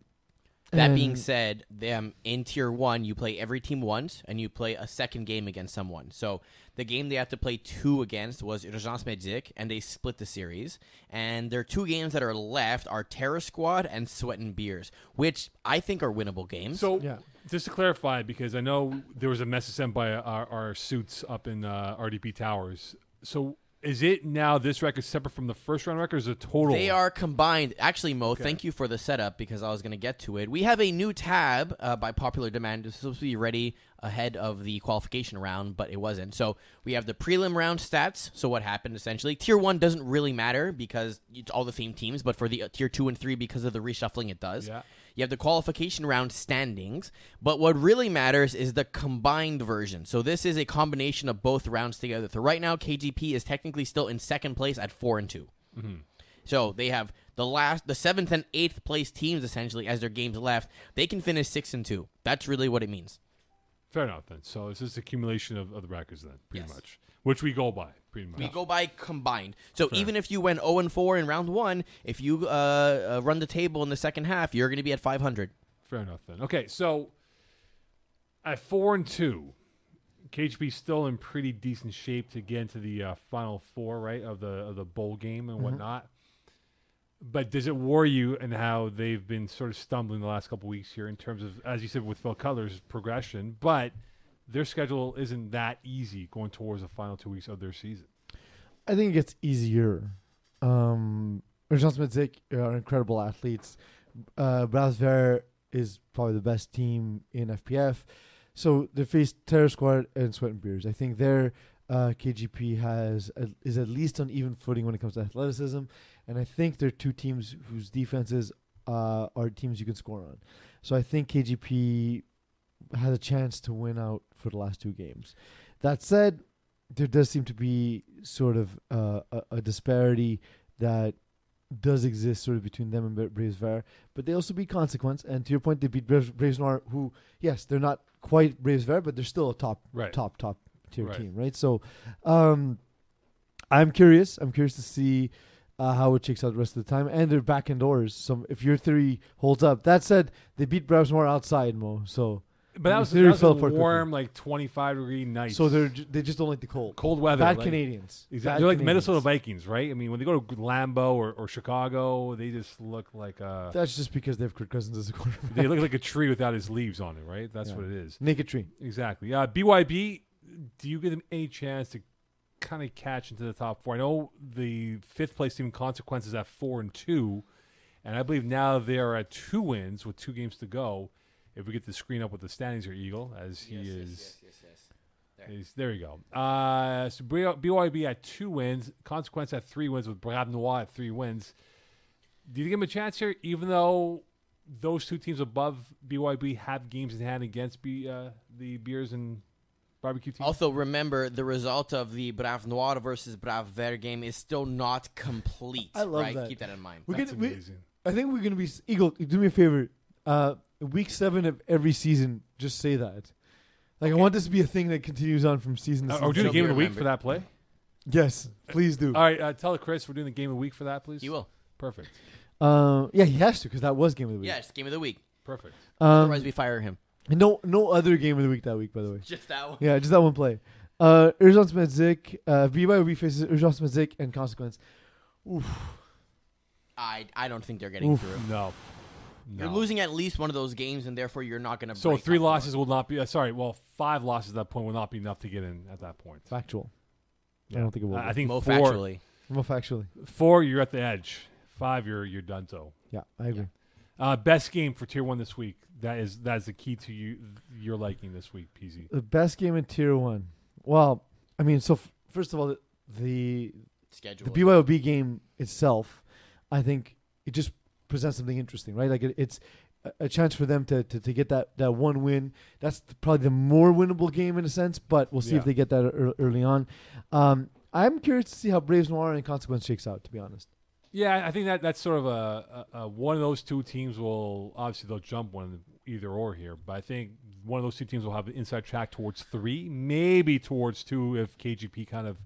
That being
And-
said, them in tier one, you play every team once, and you play a second game against someone. So the game they have to play two against was Urgence Medic, and they split the series. And their two games that are left are Terror Squad and Sweat and Beers, which I think are winnable games.
So,
Yeah.
just to clarify, because I know there was a message sent by our, our suits up in uh, RDP Towers. So, is it now this record separate from the first round record? Or is it total?
They are combined. Actually, Mo, thank you for the setup because I was going to get to it. We have a new tab uh, by popular demand. It's supposed to be ready ahead of the qualification round, but it wasn't. So we have the prelim round stats. So what happened essentially? Tier one doesn't really matter because it's all the same teams, but for the uh, tier two and three, because of the reshuffling, it does.
Yeah.
You have the qualification round standings, but what really matters is the combined version. So this is a combination of both rounds together. So right now, KGP is technically still in second place at four and 2
Mm-hmm.
so they have the last, the seventh and eighth place teams essentially as their games left. They can finish six and two. That's really what it means.
Fair enough, then. So, it's just accumulation of, of the records, then, pretty
Yes.
much, which we go by, pretty much.
We go by combined. So even if you went zero and four in round one, if you uh, uh, run the table in the second half, you're going to be at five hundred.
Fair enough, then. Okay, so at 4 and 2, KHB's still in pretty decent shape to get into the uh, final four, right, of the, of the bowl game and whatnot. But does it worry you in how they've been sort of stumbling the last couple weeks here in terms of, as you said, with Phil Cutler's progression? But their schedule isn't that easy going towards the final two weeks of their season.
I think it gets easier. Um, Jean Smitzik uh, are incredible athletes. Uh, Brasver is probably the best team in FPF. So they face Terror Squad and Sweat and Beers. I think their uh, KGP has is at least on even footing when it comes to athleticism, and I think they're two teams whose defenses uh, are teams you can score on. So I think KGP has a chance to win out for the last two games. That said, there does seem to be sort of uh, a, a disparity that does exist sort of between them and Bra- Braves Vare, but they also beat Consequence. And to your point, they beat Braves, Braves Noir, who, yes, they're not quite Braves Vare, but they're still a top,
Right.
top, top tier
Right.
team, right? So um, I'm curious. I'm curious to see uh, how it shakes out the rest of the time. And they're back indoors. So if your theory holds up, that said, they beat Braves Noir outside, Mo. So
But that
The
was, that
theory
was a
fell apart quickly.
warm, like 25 degree night.
so they're ju- they just don't like the cold.
cold weather.
Bad
like-
Canadians.
Exactly.
Bad
They're like the
Canadians.
Minnesota Vikings, right? I mean, when they go to Lambeau or, or Chicago, they just look like
(laughs)
a
That's just because they have Kirk Cousins as a quarterback.
they look like a tree without his leaves on it, right? That's
Yeah.
what it is.
(laughs) Naked tree.
Exactly. Uh, BYB, do you give them any chance to kind of catch into the top four? I know the fifth place team consequences at four and two, and I believe now they are at two wins with two games to go. If we get the screen up with the standings here, Eagle, as he is. Is- there you go. Uh, so B- BYB at two wins, consequence at three wins with Brad Noir at three wins. Do you give him a chance here, even though those two teams above BYB have games in hand against B, uh, the beers and barbecue team?
Also, remember the result of the Brav Noir versus Brav Ver game is still not complete.
I love
right?
that.
Keep that in mind.
We
That's
could- we-
amazing.
I think we're gonna be Eagle. Do me a favor. Uh, week seven of every season, just say that. Like I want this to be a thing that continues on from season to
Uh,
season.
are we doing a
It'll be
game of the week
remembered.
for that play?
yes, please do.
All right, uh, tell Chris we're doing the game of the week for that, please.
You will.
Perfect.
Uh, yeah, he has to because that was game of the week.
Yeah, it's game of the week.
Perfect.
Um,
Otherwise, we fire him.
and no, no other game of the week that week, by the way.
Just that one.
Yeah, just that one play. Uh, Urgence Medzik, uh, BYOB faces Urgence Medzik and Consequence.
I I don't think they're getting
Oof.
through.
No. No.
You're losing at least one of those games, and therefore you're not going to.
So three losses will not be. Uh, sorry, well, five losses at that point will not be enough to get in at that point.
Factual. I don't think it will.
I- I
be.
think
Mo
four.
factually.
Well, factually.
Four, you're at the edge. Five, you're you're done. So,
Yeah, I agree.
uh, best game for tier one this week. That is that is the key to you your liking this week, PZ.
The best game in Tier One. Well, I mean, so f- first of all, the the,
schedule.
the BYOB game itself, I think it just presents something interesting, right? Like it, it's a- a chance for them to, to, to get that, that one win. That's th- probably the more winnable game in a sense, but we'll see
Yeah.
if they get that ear- early on. Um, I'm curious to see how Braves Noir and Consequence shakes out. To be honest,
Yeah, I think that that's sort of a, a, a one of those two teams will obviously they'll jump one either or here, but I think one of those two teams will have the inside track towards three, maybe towards two if KGP kind of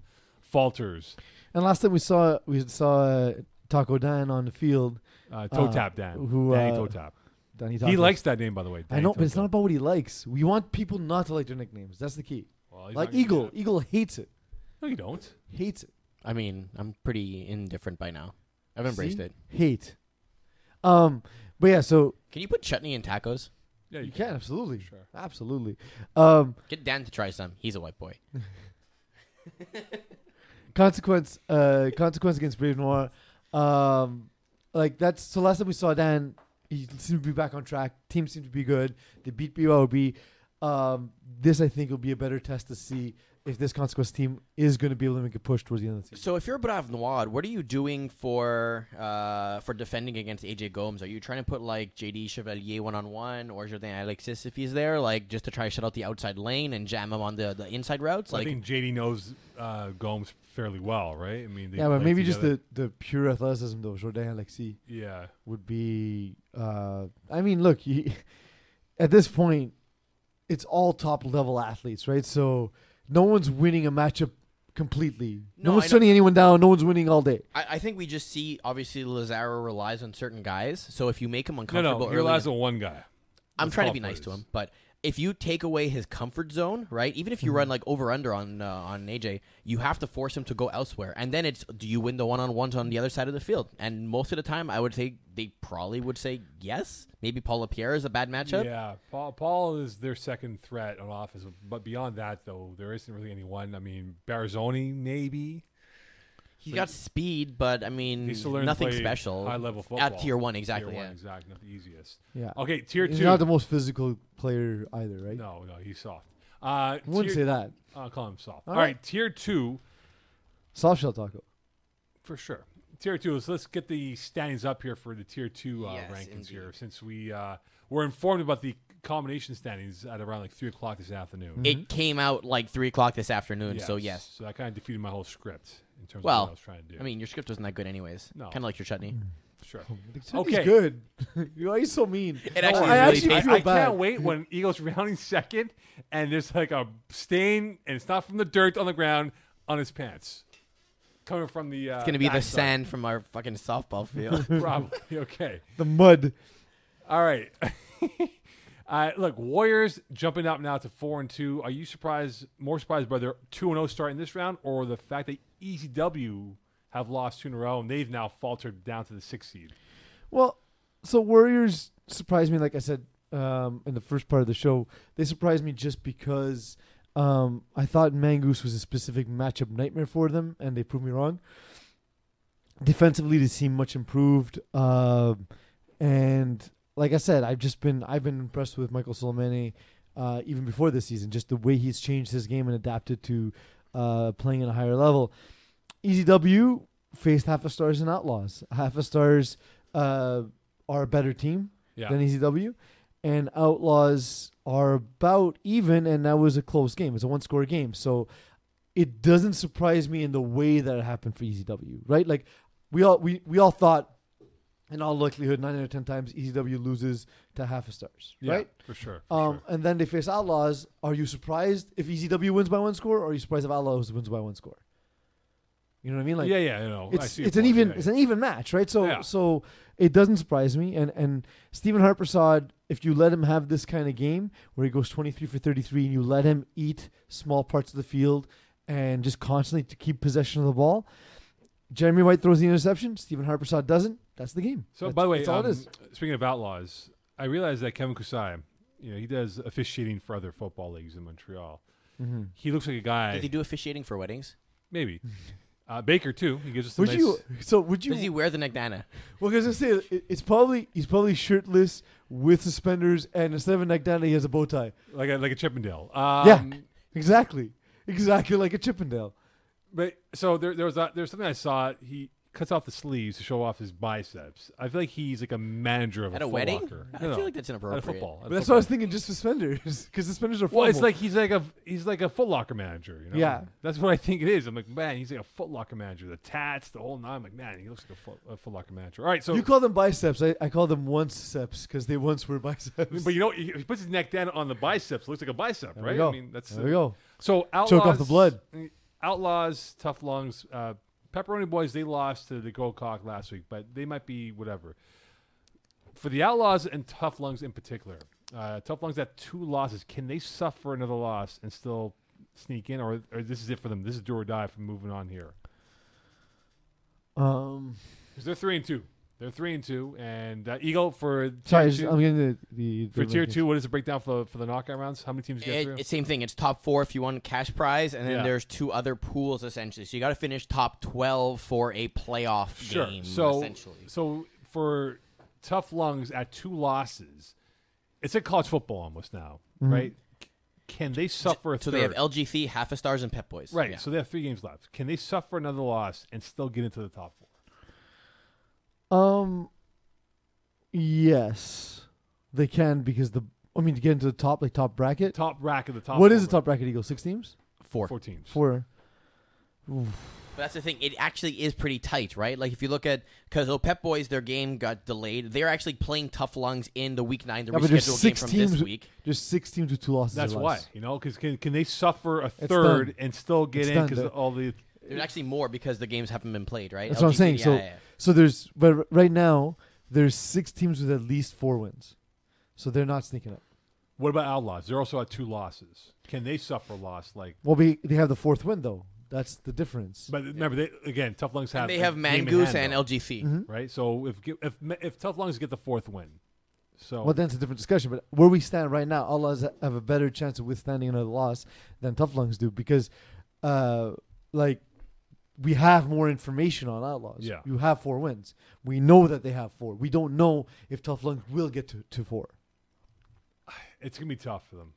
falters.
and last time we saw we saw uh, Taco Dan on the field.
Uh, toe
Uh,
tap Dan,
who,
Danny
uh,
toe tap.
Danny
He
Tacos.
likes that name by the way.
I
Danny
know, but it's
Toe
not
Tap.
about what he likes. We want people not to like their nicknames. That's the key.
Well, he's not
like
gonna do
Eagle.
that.
Eagle hates it.
No, you don't.
Hates it.
I mean, I'm pretty indifferent by now. I've embraced
See?
it.
Hate. Um, but yeah, so
Can you put chutney in tacos?
Yeah,
you can absolutely,
Sure.
absolutely. Um,
Get Dan to try some. He's a white boy.
consequence. Uh, consequence against Brave Noir. Um, like that's so. Last time we saw Dan, he seemed to be back on track. Team seemed to be good. They beat BYOB. Um, this I think will be a better test to see if this consequence team is going to be able to make a push towards the end of the season.
So if you're Brav Noir, what are you doing for uh, for defending against AJ Gomes? Are you trying to put like JD Chevalier one on one or Jordan Alexis if he's there, like just to try to shut out the outside lane and jam him on the, the inside routes?
I
Like
think JD knows uh, Gomes fairly well, right? I mean, they
Yeah, but
played
maybe just
together.
the, the pure athleticism though. Jordan Alexis
yeah.
would be. Uh, I mean, look, (laughs) he, at this point, it's all top level athletes, right? So no one's winning a matchup completely. No,
No, I
one's
know-
shutting anyone down. No one's winning all day.
I, I think we just see obviously Lazaro relies on certain guys. So if you make him
No,
uncomfortable,
no, you're
early
last one guy.
I'm
Let's
trying
call
to be
it
nice
what
to
it
him, but if you take away his comfort zone, right? Even if
Mm-hmm.
you run like over under on uh, on AJ, you have to force him to go elsewhere, and then it's do you win the one on ones on the other side of the field? And most of the time, I would say they probably would say yes. Maybe Paula Pierre is a bad matchup.
Yeah, Paul, Paul is their second threat on offense, but beyond that, though, there isn't really anyone. I mean, Barzoni maybe.
He's got speed, but I mean,
He's still learning
Mm, nothing
to play
special.
High level football
At tier one, exactly.
Tier one,
yeah.
exactly. Not the easiest.
Yeah.
Oh,
Okay, tier
He's
two.
not the most physical player either, right?
no, no, he's soft. Uh,
I wouldn't
tier,
say that.
I'll call him soft.
All
All right, tier two
Soft shell taco.
for sure. Tier two is. Let's get the standings up here for the tier two uh,
Yes,
rankings
indeed.
here, since we uh, were informed about the combination standings at around like three o'clock this afternoon.
It came out like three o'clock this afternoon, so yes.
So that kind of defeated my whole script in terms
Well,
of what I was trying to do.
I mean, your script wasn't that good, anyways.
No. Mm.
Kind of like your chutney.
sure.
Okay.
Okay.
good. (laughs) Why are you so mean?
It actually
Oh, I
really
actually
tastes-
feel
I, I
bad.
can't wait when Eagles rounding (laughs) second and there's like a stain and it's not from the dirt on the ground on his pants. Coming from the uh,
It's gonna be the
backside.
sand from our fucking softball
(laughs)
field.
Probably. Okay.
The mud.
All right. (laughs) Uh, look, Warriors jumping up now to four and two. Are you surprised? More surprised by their two and zero start in this round, or the fact that ECW have lost two in a row and they've now faltered down to the sixth seed?
Well, so Warriors surprised me, like I said um, in the first part of the show. They surprised me just because um, I thought Mangoose was a specific matchup nightmare for them, and they proved me wrong. Defensively, they seem much improved, um, and like I said, I've just been I've been impressed with Michael Soleimani uh, even before this season, just the way he's changed his game and adapted to uh, playing at a higher level. EZW faced half a stars and outlaws. Half a stars uh, are a better team
Yeah.
than EZW, and outlaws are about even, and that was a close game. It's a one score game, so it doesn't surprise me in the way that it happened for EZW, right? Like we all we, we all thought. In all likelihood, nine out of ten times, EZW loses to half a stars,
Yeah,
right?
For sure. for
Um,
sure.
and then they face Outlaws. E Are you surprised if EZW wins by one score, or are you surprised if Outlaws wins by one score? You know what I mean? Like
yeah, yeah, I know. I
it's
see
it's
your point.
an even
Yeah,
it's an even match, right? So
Yeah.
so it doesn't surprise me. And and Stephen Harper saw it, if you let him have this kind of game where he goes twenty three for thirty three, and you let him eat small parts of the field and just constantly to keep possession of the ball. Jeremy White throws the interception. Stephen Harper saw it doesn't. That's the game.
So,
That's-
by the way,
that's all
um,
it is.
speaking of outlaws, I realized that Kevin Kusai, you know, he does officiating for other football leagues in Montreal. He looks like a guy.
Did he do officiating for weddings? (laughs)
maybe uh, Baker too. He gives us.
Would
some
you?
nice,
So would you?
Does he wear the neckdana?
Well, because I say it, it's probably he's probably shirtless with suspenders, and instead of a necktie, he has a bow tie.
like a, like a Chippendale? Um,
Yeah. Exactly, exactly like a Chippendale.
But so there, there was a, there's something I saw. He cuts off the sleeves to show off his biceps. I feel like he's like a manager of
At
a,
a
Foot
wedding?
Locker.
I
No,
feel
no,
like that's
at a
inappropriate.
football. at a
But that's what I was
football.
thinking. Just suspenders, (laughs) because suspenders are.
Well, it's
flammable.
like he's like a he's like a Foot Locker manager. You know?
Yeah.
that's what I think it is. I'm like, man, he's like a Foot Locker manager. The tats, the whole nine. I'm like, man, he looks like a Foot, a foot Locker manager. All right, so
you call them biceps. I, I call them once steps because they once were biceps.
but you know, he, he puts his neck down on the biceps. Looks like a bicep,
There we
right?
go.
I mean, that's
there we go.
So outlaws,
off the blood.
Outlaws, tough lungs. Uh, Pepperoni boys, they lost to the Gold Cock last week, but they might be whatever. For the outlaws and tough lungs in particular, uh, tough lungs have two losses. Can they suffer another loss and still sneak in, or, or this is it for them? This is do or die from moving on here
Um,
because they're three and two. They're three and two, and uh, Eagle for tier
sorry, um,
two,
I'm getting the, the, the
for tier
rankings.
two. What is the breakdown for for the knockout rounds? How many teams get
It-
through?
it's Eh, same thing. It's top four if you want cash prize, and then
Yeah.
there's two other pools essentially. So you got to finish top twelve for a playoff game.
So,
essentially,
so for tough lungs at two losses, it's like college football almost now,
Mm-hmm.
right? C- Can they suffer? a
so they have
third?
LGC, half a stars, and Pep Boys.
right.
Yeah.
So they have three games left. Can they suffer another loss and still get into the top four?
Um, yes, they can because the. I mean, to get into the top, like top bracket.
Top rack of the top.
What is the
four,
top bracket? Eagle six teams.
four.
right? Four teams.
Four.
But that's the thing. It actually is pretty tight, right? Like if you look at because oh, Pep Boys, their game got delayed. They're actually playing Tough Lungs in the Week Nine, the
Yeah, but there's
rescheduled game
six
from
teams.
this week.
There's six teams with two losses. or
That's
less.
why you know because can can they suffer a
It's
third
done.
and still get
It's
in
done,
because
dude.
all the
There's actually more because the games haven't been played, right?
That's what I'm
LGC,
saying.
yeah,
so,
yeah, yeah.
so there's but r- right now there's six teams with at least four wins, so they're not sneaking up.
what about outlaws? They're also at two losses. Can they suffer a loss like?
Well, we, they have the fourth win though. That's the difference.
But remember, they, again, tough lungs have
and they
a
have
game in
Mangoose
hand,
and
though.
LGC.
right? So if if if tough lungs get the fourth win, so
well, that's a different discussion. But where we stand right now, Allahs have a better chance of withstanding another loss than Tough Lungs do because, uh, like. We have more information on Outlaws.
Yeah.
You have four wins. We know that they have four. We don't know if Tough Lungs will get to, to four.
it's gonna be tough for them.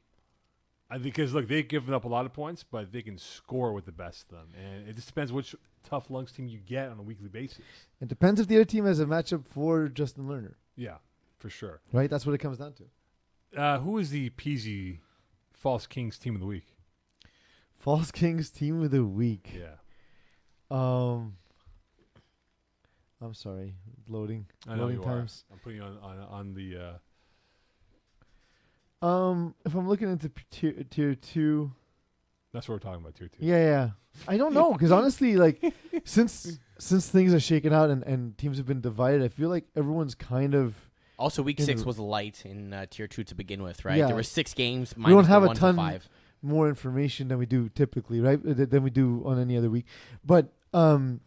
I because look, they've given up a lot of points, but they can score with the best of them, and it just depends which tough lungs team you get on a weekly basis.
It depends if the other team has a matchup for Justin Lerner,
Yeah, for sure.
right? That's what it comes down to.
Uh, who is the PZ False Kings team of the week?
False Kings team of the week.
Yeah,
Um, I'm sorry, loading,
I know
loading
you
times.
are. I'm putting you on on, on the. Uh,
Um, if I'm looking into p- tier, tier two,
that's what we're talking about tier two.
yeah, yeah. I don't know because honestly, like since since things are shaken out and and teams have been divided, I feel like everyone's kind of
Also, week
In
six
the-
was light in uh, tier two to begin with, right?
Yeah.
There were six games.
don't
minus the
have a
one to
ton-
Five.
more information than we do typically, right? Uh, th- Than we do on any other week. But um,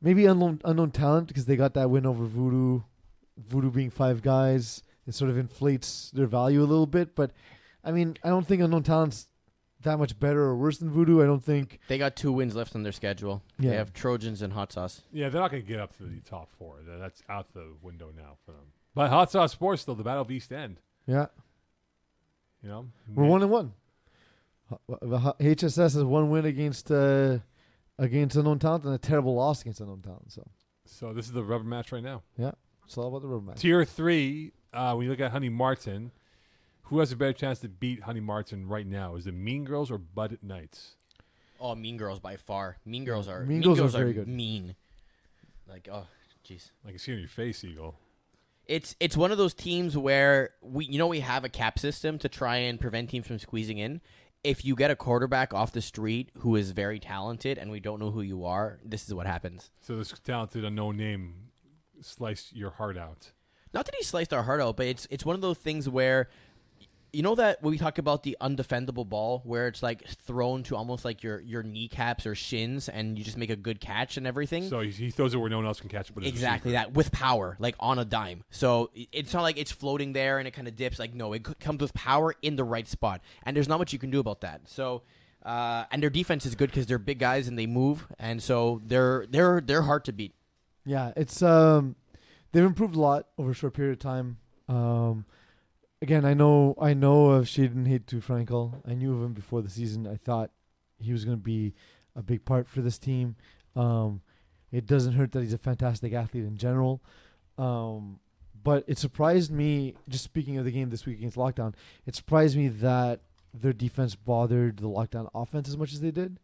maybe unknown unknown talent because they got that win over Voodoo. Voodoo being five guys, it sort of inflates their value a little bit. But I mean, I don't think unknown talent's that much better or worse than Voodoo. I don't think.
They got two wins left on their schedule.
Yeah.
They have Trojans and Hot Sauce.
Yeah, they're not going to get up to the top four. That- That's out the window now for them. But Hot Sauce Sports, though, the Battle of East End.
Yeah,
You know,
we're one and one. H- uh, HSS has one win against uh, against unknown talent and a terrible loss against unknown talent. So
So this is the rubber match right now.
it's all about the road match.
Tier three, uh, when you look at Honey Martin, who has a better chance to beat Honey Martin right now? Is it Mean Girls or Bud Knights?
Oh, Mean Girls by far. Mean Girls are
Mean Girls are very good.
Mean. Like oh, jeez.
Like I see on your face, Eagle.
It's it's one of those teams where we you know we have a cap system to try and prevent teams from squeezing in. if you get a quarterback off the street who is very talented and we don't know who you are, this is what happens.
So this talented unknown name sliced your heart out.
Not that he sliced our heart out, but it's it's one of those things where you know that when we talk about the undefendable ball where it's like thrown to almost like your your kneecaps or shins and you just make a good catch and everything.
So he, he throws it where no one else can catch it. But his
Exactly
receiver.
that with power, like on a dime. So i- it's not like it's floating there and it kind of dips. Like no, it c- comes with power in the right spot, and there's not much you can do about that. So, uh, and their defense is good because they're big guys and they move, and so they're they're they're hard to beat.
Yeah, it's um, they've improved a lot over a short period of time. Um, again, I know I know of Shaden Hate to Frankel. I knew of him before the season. I thought he was going to be a big part for this team. Um, it doesn't hurt that he's a fantastic athlete in general. Um, but it surprised me. Just speaking of the game this week against Lockdown, it surprised me that their defense bothered the Lockdown offense as much as they did.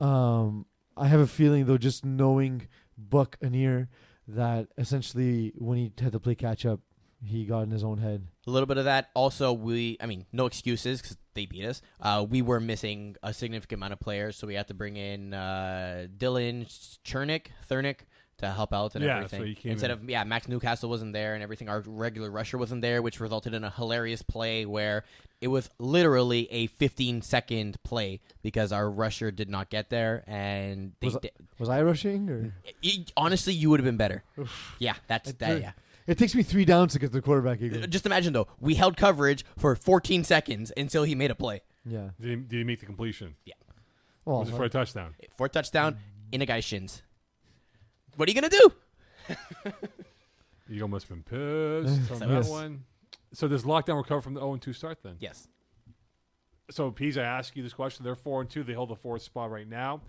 Um, I have a feeling though, just knowing Buccaneer, that essentially when he had to play catch up, he got in his own head.
A little bit of that. Also, we I mean, no excuses because they beat us. Uh, we were missing a significant amount of players, so we had to bring in uh, Dylan Chernick, Thurnick. To help out and
Yeah,
everything.
so he came
Instead
in.
of yeah, Max Newcastle wasn't there and everything. Our regular rusher wasn't there, which resulted in a hilarious play where it was literally a 15 second play because our rusher did not get there and they
Was
di-
Was I rushing or?
y- honestly, you would have been better. Yeah, that's that.
did.
Yeah.
(laughs) It takes me three downs to get the quarterback
Uh, Mm-hmm.
eagle.
Just imagine though, we held coverage for 14 seconds until he made a play.
Yeah.
Did he, did he make the completion?
Well,
was it for a touchdown?
Fourth touchdown
Mm-hmm.
in a guy's shins. What are you gonna do?
You must have been pissed on that
Yes.
one. So does lockdown recover from the 0 2 start then?
Yes.
So Pease, I ask you this question: They're four and two. They hold the fourth spot right now.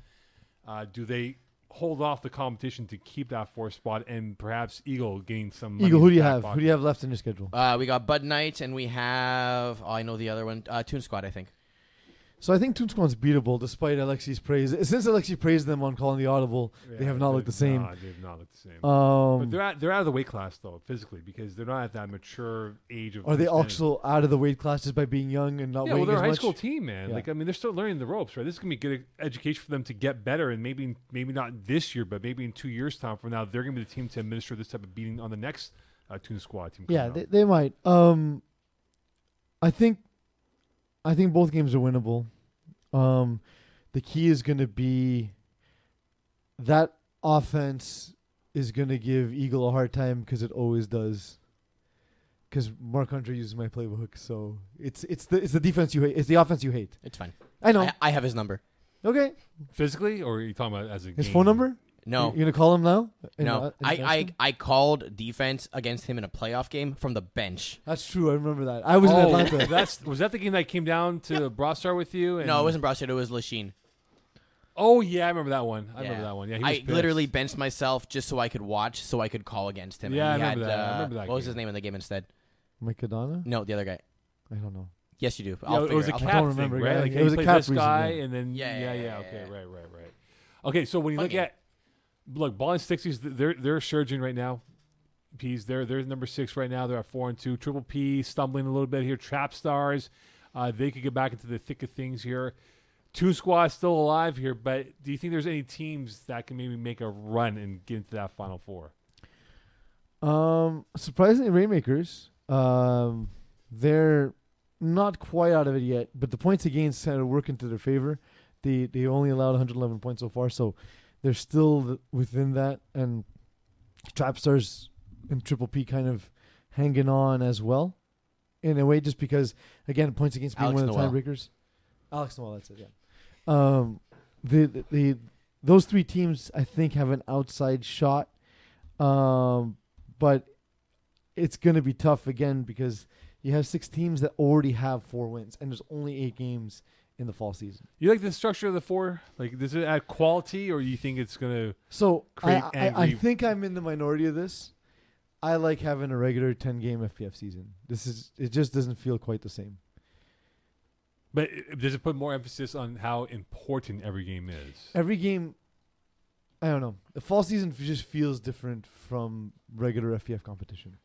Uh, do they hold off the competition to keep that fourth spot and perhaps Eagle gain some? money
eagle, who
in
do you
the back
have? Who
pocket?
do you have left in your schedule?
Uh, we got Bud Knight and we have oh, I know the other one, uh, Toon Squad. I think.
So I think Toon Squad's beatable despite Alexi's praise. Since Alexi praised them on calling the audible,
Yeah,
they have not looked the same.
Nah, they have not looked the same. but
Um,
they're out, they're out of the weight class though physically because they're not at that mature age of.
are they
understanding-
also out of the weight classes by being young and not
Yeah, well,
weighing
they're a
as
high
much?
school team, man.
Yeah.
Like, I mean, they're still learning the ropes, right? This is gonna be good education for them to get better, and maybe, maybe not this year, but maybe in two years' time from now, they're gonna be the team to administer this type of beating on the next uh, Toon Squad team. coming
Yeah,
up.
they, they might. Um, I think, I think both games are winnable. Um, the key is going to be that offense is going to give Eagle a hard time because it always does. Because Mark Andre uses my playbook, so it's it's the it's the defense you hate. It's the offense you hate.
It's fine.
I know.
I, I have his number.
okay,
physically, or are you talking about as a
his
game?
phone number.
No,
you, are gonna call him now? And, uh,
no.
and ask
I,
him?
I I called defense against him in a playoff game from the bench.
That's true. I remember that. I was in
Oh,
Atlanta.
(laughs) that's was that the game that came down to Broadstar with you? And,
No, it wasn't Brashid. It was Lachine.
Oh yeah, I remember that one. I remember
Yeah.
that one. Yeah, he was
I
pissed.
literally benched myself just so I could watch, so I could call against him.
Yeah,
and
I
he
remember
had,
that. I
uh,
remember that
What was
game.
his name in the game instead?
Macadona?
No, the other guy.
I don't know.
Yes, you do.
Yeah,
I'll
it was a
figure
cap
I'll-
I don't
thing,
remember,
right?
yeah.
Like
It
he
was a
played
cap
this
reason,
guy,
yeah.
and then yeah,
Yeah, yeah, yeah,
okay,
yeah.
right, right, right. Okay, so when you
Fun
look
game.
at look, Ball and Sixties, they're they're surging right now. P's, they're they're number six right now. They're at four and two. Triple P stumbling a little bit here. Trap Stars, uh, they could get back into the thick of things here. Two squads still alive here, but do you think there's any teams that can maybe make a run and get into that final four?
Um, surprisingly, Rainmakers. Um, they're not quite out of it yet, but the points against kind of work into their favor. They they only allowed 111 points so far, so they're still th- within that. And Trapstars and Triple P kind of hanging on as well, in a way, just because again points against being
Alex
one of the
Noel.
tiebreakers. Alex Noel, that's it. Yeah. Um, the, the the those three teams I think have an outside shot, um, but it's going to be tough again because you have six teams that already have four wins, and there's only eight games in the fall season.
You like the structure of the four? Like, does it add quality, or you think it's gonna?
So I,
Create
I, I
angry-
think I'm in the minority of this. I like having a regular ten game FPF season. This is it just doesn't feel quite the same.
But it- does it put more emphasis on how important every game is?
Every game, I don't know. The fall season f- just feels different from regular FPF competition.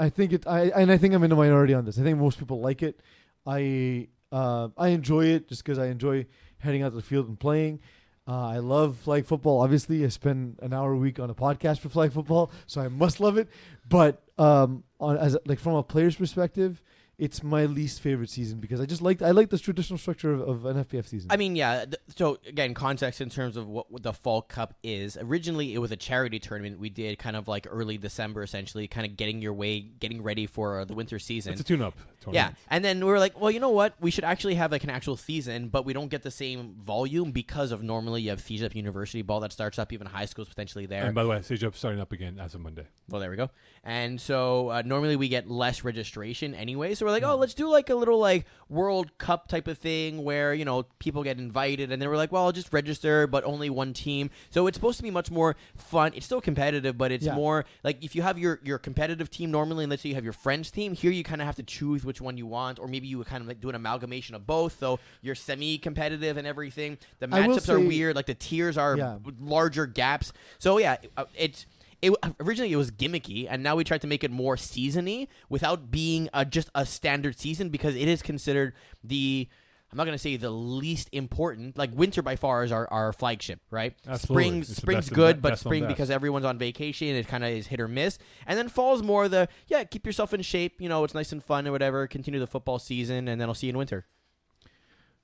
I think it. I and I think I'm in the minority on this. I think most people like it. I Uh, I enjoy it just because I enjoy heading out to the field and playing. Uh, I love flag football. Obviously, I spend an hour a week on a podcast for flag football, so I must love it. But um, on, as like from a player's perspective, it's my least favorite season because I just like I like this traditional structure of, of an FPF season.
I mean, yeah. th- So again, context in terms of what the Fall Cup is. Originally, it was a charity tournament we did kind of like early December, essentially, kind of getting your way, getting ready for uh, the winter season.
It's a tune-up.
Yeah,
tournament.
and then we were like, well, you know what? We should actually have like an actual season, but we don't get the same volume because of normally you have Up University ball that starts up, even high schools potentially there.
And by the way, Sage Up starting up again as of Monday.
Well, there we go. And so uh, normally we get less registration anyway. So we're
Mm.
like, oh, let's do like a little like World Cup type of thing where, you know, people get invited. And then we're like, well, I'll just register, but only one team. So it's supposed to be much more fun. It's still competitive, but it's
Yeah.
more like if you have your, your competitive team normally, and let's say you have your friends team, here you kind of have to choose which one you want. Or maybe you would kind of like do an amalgamation of both. So you're semi competitive and everything. The
I will
matchups are
say-
weird. Like the tiers are
Yeah.
larger gaps. So yeah, uh, it's it originally it was gimmicky, and now we tried to make it more seasony without being a, just a standard season because it is considered the. I'm not gonna say the least important. Like winter by far is our, our flagship, right?
Absolutely. It's
Spring's
the
spring's
best of
good,
be-
but
best on
spring
best.
because everyone's on vacation, it kind of is hit or miss. And then fall's more the yeah, keep yourself in shape. You know, it's nice and fun or whatever. Continue the football season, and then I'll see you in winter.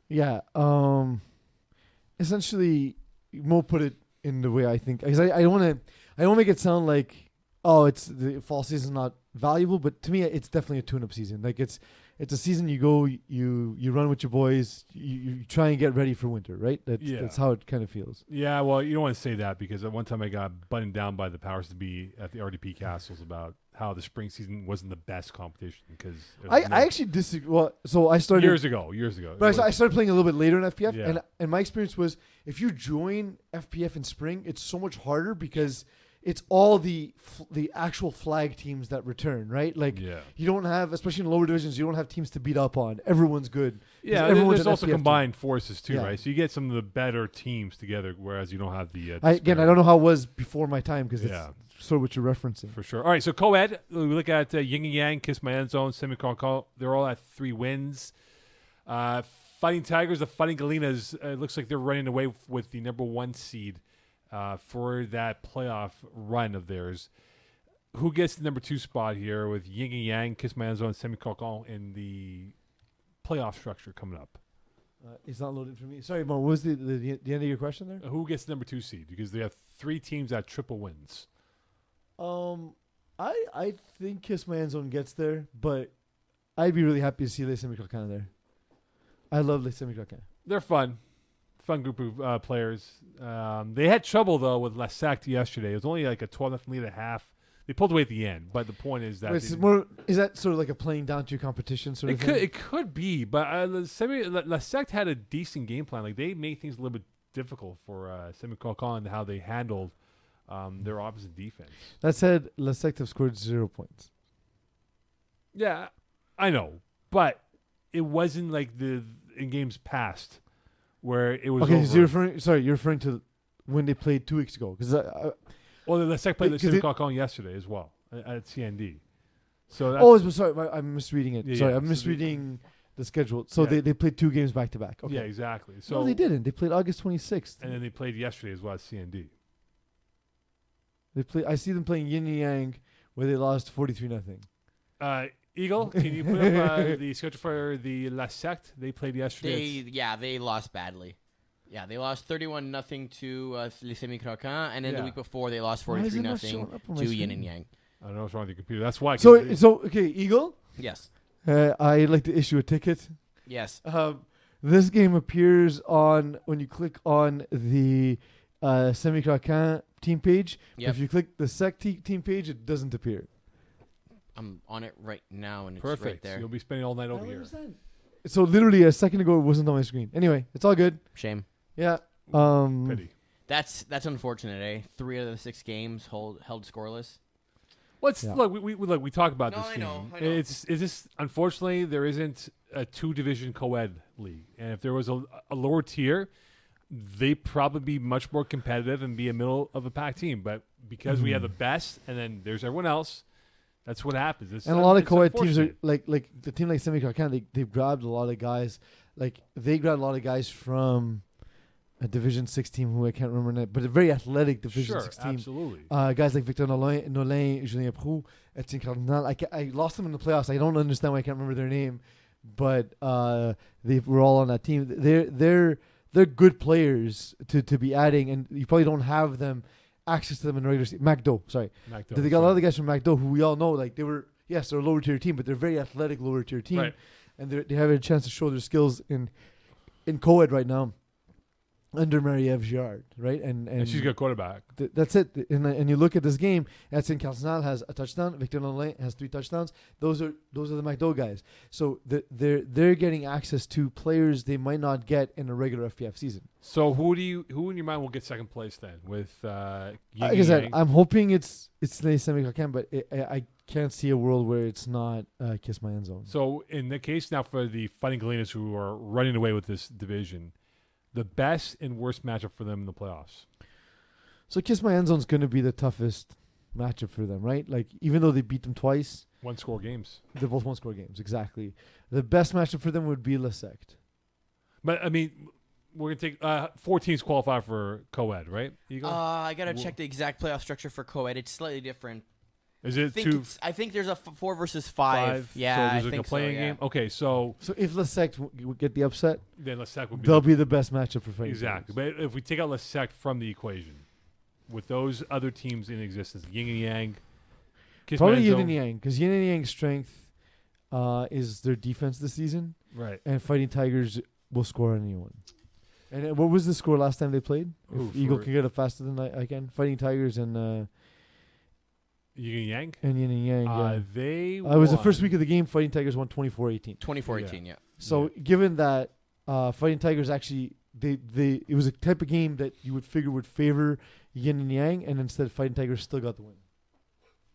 Yeah. Um, essentially, Mo put it in the way I think because I, I don't want to I don't make it sound like oh it's the fall season's not valuable, but to me it's definitely a tune-up season. Like it's it's a season you go you you run with your boys, you, you try and get ready for winter, right? That's,
Yeah.
that's how it kind of feels.
Yeah, well, you don't want to say that because at one time I got buttoned down by the powers to be at the RDP Castles about how the spring season wasn't the best competition because
I, I actually disagree. Well, so I started
years ago, years ago.
But I,
It
sta- I
was-
started playing a little bit later in FPF,
Yeah.
and and my experience was if you join FPF in spring, it's so much harder because it's all the f- the actual flag teams that return, right? Like
Yeah.
you don't have, especially in lower divisions, you don't have teams to beat up on. Everyone's good. 'Cause
yeah, there-
everyone's
there's
an
also
FPF team.
combined forces too,
Yeah.
right? So you get some of the better teams together, whereas you don't have the. Uh,
I, again, I don't know how it was before my time because
Yeah.
it's sort of what you're referencing.
For sure. All right, so co-ed, we look at uh, Yin and Yang, Kiss My End Zone, Semicon Call. They're all at three wins. Uh, Fighting Tigers, the Fighting Galenas, uh, it looks like they're running away f- with the number one seed uh, for that playoff run of theirs. Who gets the number two spot here with Yin and Yang, Kiss My End Zone, Semicon in the playoff structure coming up?
Uh, it's not loaded for me. Sorry, Mo. What was the, the the end of your question there?
Who gets the number two seed? Because they have three teams at triple wins.
Um, I I think Kiss My End Zone gets there, but I'd be really happy to see Les Semicrocana there. I love Les Semicrocana.
they're fun, fun group of uh, players. Um, they had trouble though with Lasact yesterday. It was only like a twelve nothing lead at half. They pulled away at the end, but the point is that
Wait, is,
they-
it more, is that sort of like a playing down to your competition sort
it
of
could
thing?
it could be, but uh, La- Semi La- Lasact had a decent game plan. Like they made things a little bit difficult for uh, Semi Kalkan and how they handled um, their opposite defense.
that said, La Secta have scored zero points.
Yeah, I know, but it wasn't like the in games past where it was
Okay, 'cause
Over.
you're referring. Sorry, you're referring to when they played two weeks ago. Because
Well, Lasact played
Because
Semi
it-
Kalkan yesterday as well uh, at CND. So that's
oh, it's- sorry, my- I'm misreading it.
Yeah,
sorry,
yeah,
I'm
so they-
misreading the schedule. So
Yeah.
they, they played two games back to back. Okay.
Yeah, exactly. So
no, they didn't. They played August 26th.
And then they played yesterday as well as CND.
they play. I see them playing Yin and Yang, where they lost 43 nothing. (laughs)
Uh, Eagle, can you put up uh, the schedule for the La Secte? They played yesterday.
They
It's-
yeah, they lost badly. Yeah, they lost thirty-one nothing to uh, Les Semi-Croquins, and then
Yeah.
the week before they lost
Why is
forty-three
it not
nothing
showing up on my
to Yin
screen?
and Yang.
I don't know what's wrong with your computer. That's why. 'cause
So,
they-
so okay, Eagle.
Yes,
Uh, I'd like to issue a ticket.
yes.
Um, this game appears on when you click on the uh, Semi Croquin team page. But
Yep.
If you click the Sec te- team page, it doesn't appear.
I'm on it right now, and it's
perfect.
right there.
You'll be spending all night over here.
So literally a second ago, it wasn't on my screen. Anyway, it's all good.
Shame.
Yeah.
Mm,
Um,
Pity.
That's that's unfortunate, eh? Three out of the six games hold, held scoreless.
Let's
Yeah.
look. We, we we- look. We talk about
No,
this.
I
game.
know, I know.
It's it's just unfortunately there isn't a two division co-ed league, and if there was a, a lower tier, they probably be much more
Hmm.
competitive and be a middle of a pack team. But because we have the best, and then there's everyone else. That's what happens. It's-
and a lot of
it's
co-ed teams are
unfortunate.
like like the team like Semi Carcan, they they've grabbed a lot of guys like they grabbed a lot of guys from a Division Six team who I can't remember, now, but a very athletic Division
sure,
Six team.
absolutely.
Uh, guys like Victor Nolin, Nolin Julien Proux, Etienne Cardinal. I, ca- I lost them in the playoffs. I don't understand why I can't remember their name, but uh, they were all on that team. They're they're they're good players to, to be adding, and you probably don't have them access to them in the regular season. MacDo, sorry,
Mac
they got a lot of the guys from MacDo who we all know. Like they were, yes, they're a lower tier team, but they're a very athletic lower tier team,
Right.
and they're- they have a chance to show their skills in in co-ed right now under Marie-Ève Girard, right? And and,
and she's a good quarterback.
th- that's it. And, and you look at this game, Edson Calcinal has a touchdown. Victor Nolin has three touchdowns. Those are those are the McDo guys. So the- they're they're getting access to players they might not get in a regular FPF season.
So who do you who in your mind will get second place then with uh, Yin
Like I
and
said,
Yang?
I'm hoping it's it's Lay Semicacan, but it, I, I can't see a world where it's not uh, Kiss My End Zone.
So in the case now for the Fighting Gleaners who are running away with this division, the best and worst matchup for them in the playoffs.
So Kiss My End Zone's going to be the toughest matchup for them, right? Like even though they beat them twice,
One score games.
they're both one score games. Exactly. The best matchup for them would be La Secte.
But I mean, we're gonna take uh, four teams qualify for co-ed, right? Eagle?
Uh, I gotta
Wha-
check the exact playoff structure for co-ed. It's slightly different.
Is
I
it
think,
two
it's- I think there's a f- four versus five.
five?
Yeah,
so there's
I
like
think
a playing
so, yeah.
game. Okay, so
So if La Secte w- w- get the upset,
then Lesec would be
They'll be the best matchup for Frank.
exactly. But if we take out Lesec from the equation, with those other teams in existence, Yin and Yang, Kiss
Probably
Man's
Yin
Zone-
and Yang, because Yin and Yang's strength uh, is their defense this season,
right?
and Fighting Tigers will score on anyone. And uh, what was the score last time they played?
Ooh,
if Eagle
for-
can get it faster than I, I can. Fighting Tigers and uh,
Yin and Yang.
and Yin and Yang.
Uh,
yeah.
they.
Uh, it was the first
won.
week of the game. Fighting Tigers won 24-18.
24-18, yeah.
So given that uh, Fighting Tigers actually they, they it was a type of game that you would figure would favor Yin and Yang, and instead Fighting Tigers still got the win.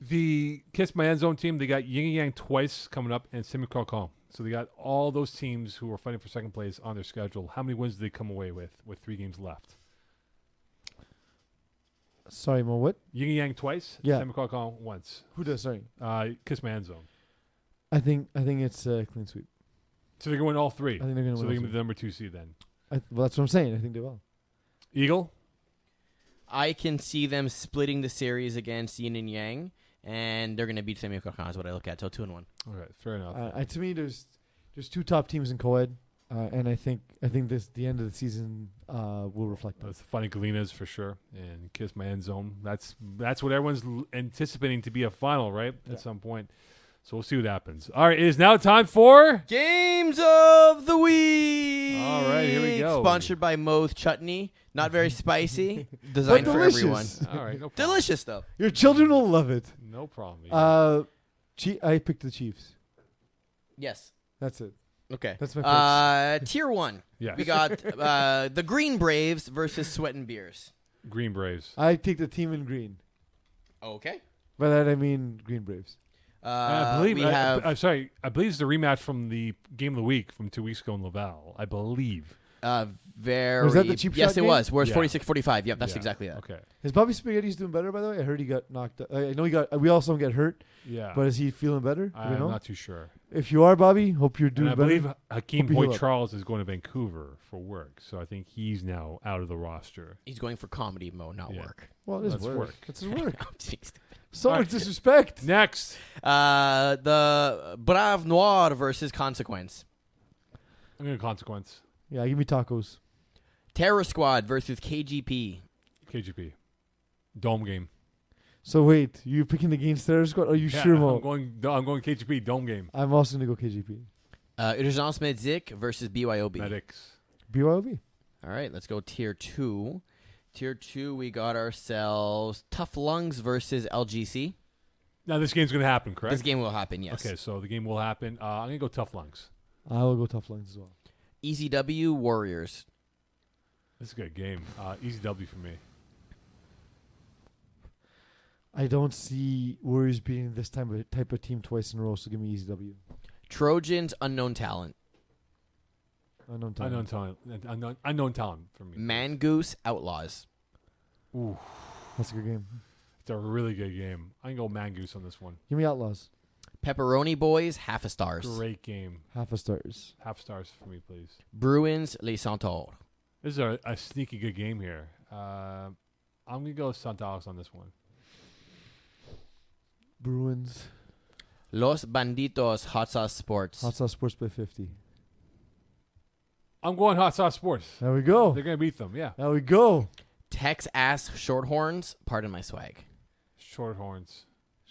the Kiss My End Zone team, they got Yin and Yang twice coming up and Semi Calcom. So they got all those teams who are fighting for second place on their schedule. How many wins did they come away with with three games left?
Sorry, Mo. What?
Yin and Yang twice,
Yeah.
Semi Calcom once.
Who does? Sorry.
Uh, Kiss My End Zone.
I think I think it's a clean sweep.
So they're going to win all three.
I think they're going to
So they're
win.
going to be
also.
the number two seed then.
I, well, that's what I'm saying. I think they will.
Eagle?
I can see them splitting the series against Yin and Yang, and they're gonna beat Samuel Kakan is what I look at. So two and one.
Okay, fair enough.
Uh, I, to me, there's there's two top teams in co-ed, uh, and I think I think this the end of the season uh, will reflect that.
That's funny Galenas for sure, and kiss my end zone. That's that's what everyone's l- anticipating to be a final, right?
Yeah.
At some point. So we'll see what happens. All right, it is now time for
Games of the week.
All right, here we go.
Sponsored by Moe's Chutney. Not
(laughs)
very spicy. Designed for
delicious.
everyone.
all (laughs) right, no problem.
Delicious though.
(laughs) Your children will love it.
No problem. Eagle.
Uh, Chi- I picked the Chiefs.
Yes.
That's it.
(laughs)
Okay.
That's my picks.
Uh, tier one.
yeah,
We got uh, the Green Braves versus Sweat and Beers.
Green Braves.
I take the team in green.
Okay.
By that I mean Green Braves.
Uh,
And I believe
we
I,
have
am sorry. I believe it's the rematch from the game of the week from two weeks ago in Laval. I believe.
uh, very.
Was that the cheap
yes,
shot
it
game?
was. Whereas
Yeah.
46 45. Yep, that's
Yeah.
exactly that.
Okay.
Is Bobby Spaghetti's doing better? By the way, I heard he got knocked. Out. I I know he got. uh, We all saw him get hurt,
Yeah.
but is he feeling better? Do we
I'm
know?
not too sure.
if you are Bobby, hope you're doing
and I
better.
believe Hakeem
Hope you heal
Boyd
up.
Charles is going to Vancouver for work, so I think he's now out of the roster.
He's going for comedy mode, not
Yeah.
work.
well, it is
That's
work.
work.
That's his work.
(laughs) I'm being stupid.
So
All
much
right.
disrespect.
Next,
Uh, the Brave Noir versus Consequence.
I'm going to consequence
Yeah, give me tacos.
Terror Squad versus KGP.
KGP dome game.
So wait, you're picking the game Terror Squad? Are you
Yeah,
sure,
I'm
Mo?
going. I'm going KGP dome game.
I'm also gonna go KGP.
Uh, Urgence Medzik versus BYOB.
Medics.
BYOB.
All right, let's go tier two. Tier two, we got ourselves Tough Lungs versus LGC.
Now this game's going to happen, correct?
This game will happen, yes.
Okay, so the game will happen. Uh, I'm going to go tough lungs.
I will go tough lines as well.
EZW E Warriors.
This is a good game. Uh, easy W for me.
I don't see Warriors beating this time of type of team twice in a row, so give me easy W.
Trojans Unknown Talent.
Unknown time.
Unknown talent. Unknown, unknown talent for me.
Mangoose Outlaws.
Ooh,
That's a good game.
It's a really good game. I can go Mangoose on this one.
Give me Outlaws.
Pepperoni Boys, half a stars.
Great game.
Half a stars.
Half stars for me, please.
Bruins, Les Centaurs.
This is a, a sneaky good game here. Uh, I'm gonna go Santalos on this one.
Bruins.
Los Banditos, Hot Sauce Sports.
Hot Sauce Sports by 50.
I'm going Hot Sauce Sports.
There we go.
They're gonna beat them. Yeah,
There we go.
Tex Ass Shorthorns, pardon my swag.
Shorthorns.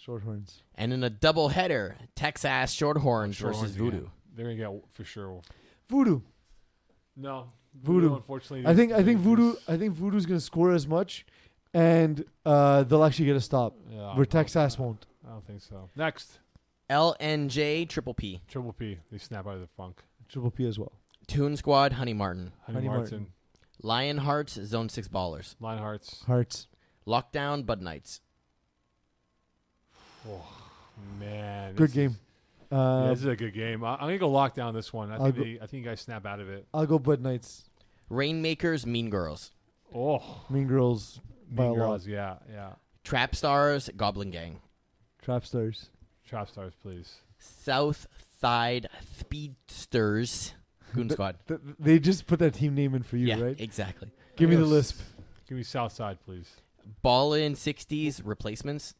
Shorthorns.
And in a double header, Tex Ass Shorthorns,
Shorthorns
versus
again.
Voodoo.
They're gonna get for sure.
Voodoo.
No,
Voodoo.
Unfortunately,
I think I think Voodoo I think Voodoo's gonna score as much, and uh, they'll actually get a stop
Yeah,
where Texas won't.
I don't think so. Next,
LNJ Triple P.
Triple P. They snap out of the funk.
Triple P as well.
Toon Squad, Honey Martin.
Honey,
Honey
Martin,
Lionhearts, Zone 6 Ballers.
Lionhearts.
Hearts.
Lockdown, Bud Knights.
Oh, Man,
Good
this
game.
is- yeah,
Uh,
this is a good game. I, I'm gonna go lock down this one. I
I'll
think
go-
they, I think you guys snap out of it.
I'll go Bud Knights.
Rainmakers, Mean Girls.
Oh,
Mean Girls. By
Mean
a lot.
Girls, Yeah, yeah.
Trap Stars, Goblin Gang.
Trap Stars.
Trap stars, please.
South Side Speedsters,
(laughs)
Goon Squad.
Th- they just put that team name in for you,
yeah,
right?
exactly.
Give me the
Yes.
lisp.
Give me Southside, please.
Ball in 60s, Replacements.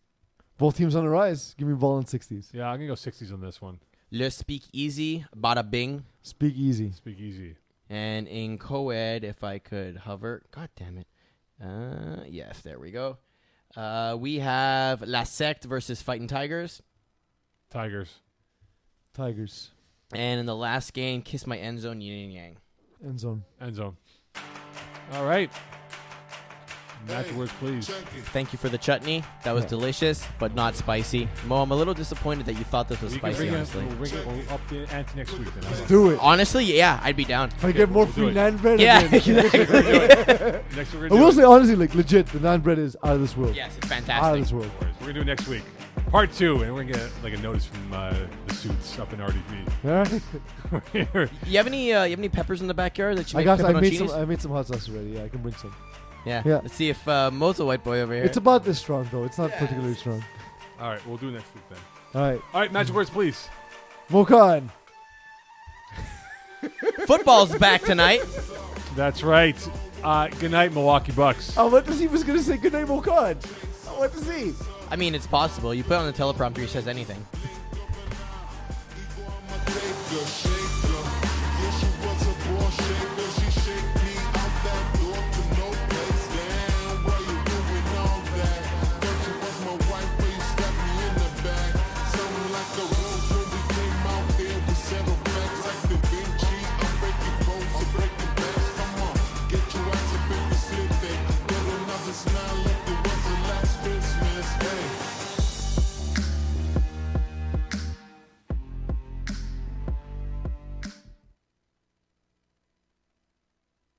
Both teams on the rise. Give me ball in sixties.
Yeah, I'm gonna go 60s on this one.
Le Speak Easy, Bada Bing.
Speak easy.
Speak easy.
And in co ed, if I could hover. God damn it. Uh, yes, there we go. Uh, we have La Secte versus Fighting Tigers.
Tigers.
Tigers.
And in the last game, Kiss My End Zone, Yin and Yang.
End zone.
End zone. All right. Match words, please.
Thank you for the chutney. That was delicious, but not spicy. Mo, I'm a little disappointed that you thought this was
We can
spicy,
bring it,
honestly.
we'll bring it we'll up the ante next week. Then. How
(laughs)
about
Do it.
Honestly, yeah, I'd be down.
If I get
we'll
more
do
free
it.
naan bread, I
Yeah,
get it.
(laughs) exactly.
that? next week we're
I
gonna
will
do
say honestly, like legit, the naan bread is out of this world.
Yes, it's
Out of
fantastic.
this world.
it. We're gonna do it next week, part two, and we're gonna get like a notice from uh, the suits up in RDP.
All right.
(laughs)
You have any? Uh, you have any peppers in the backyard that you
I
make
got. I made
pepperoncinis?
some. I made some hot sauce already. Yeah, I can bring some.
yeah.
yeah.
Let's see if uh, Mo's a white boy over here.
It's about this strong though. It's not particularly strong.
All right, we'll do it next week then.
All right,
All right, magic words, please.
Mokan.
Football's back tonight. (laughs)
That's right. Uh, good night, Milwaukee Bucks.
I want to see who's gonna say goodnight, Mokan. I want to see.
I mean, it's possible. You put on the teleprompter, he says anything.
Take your shit.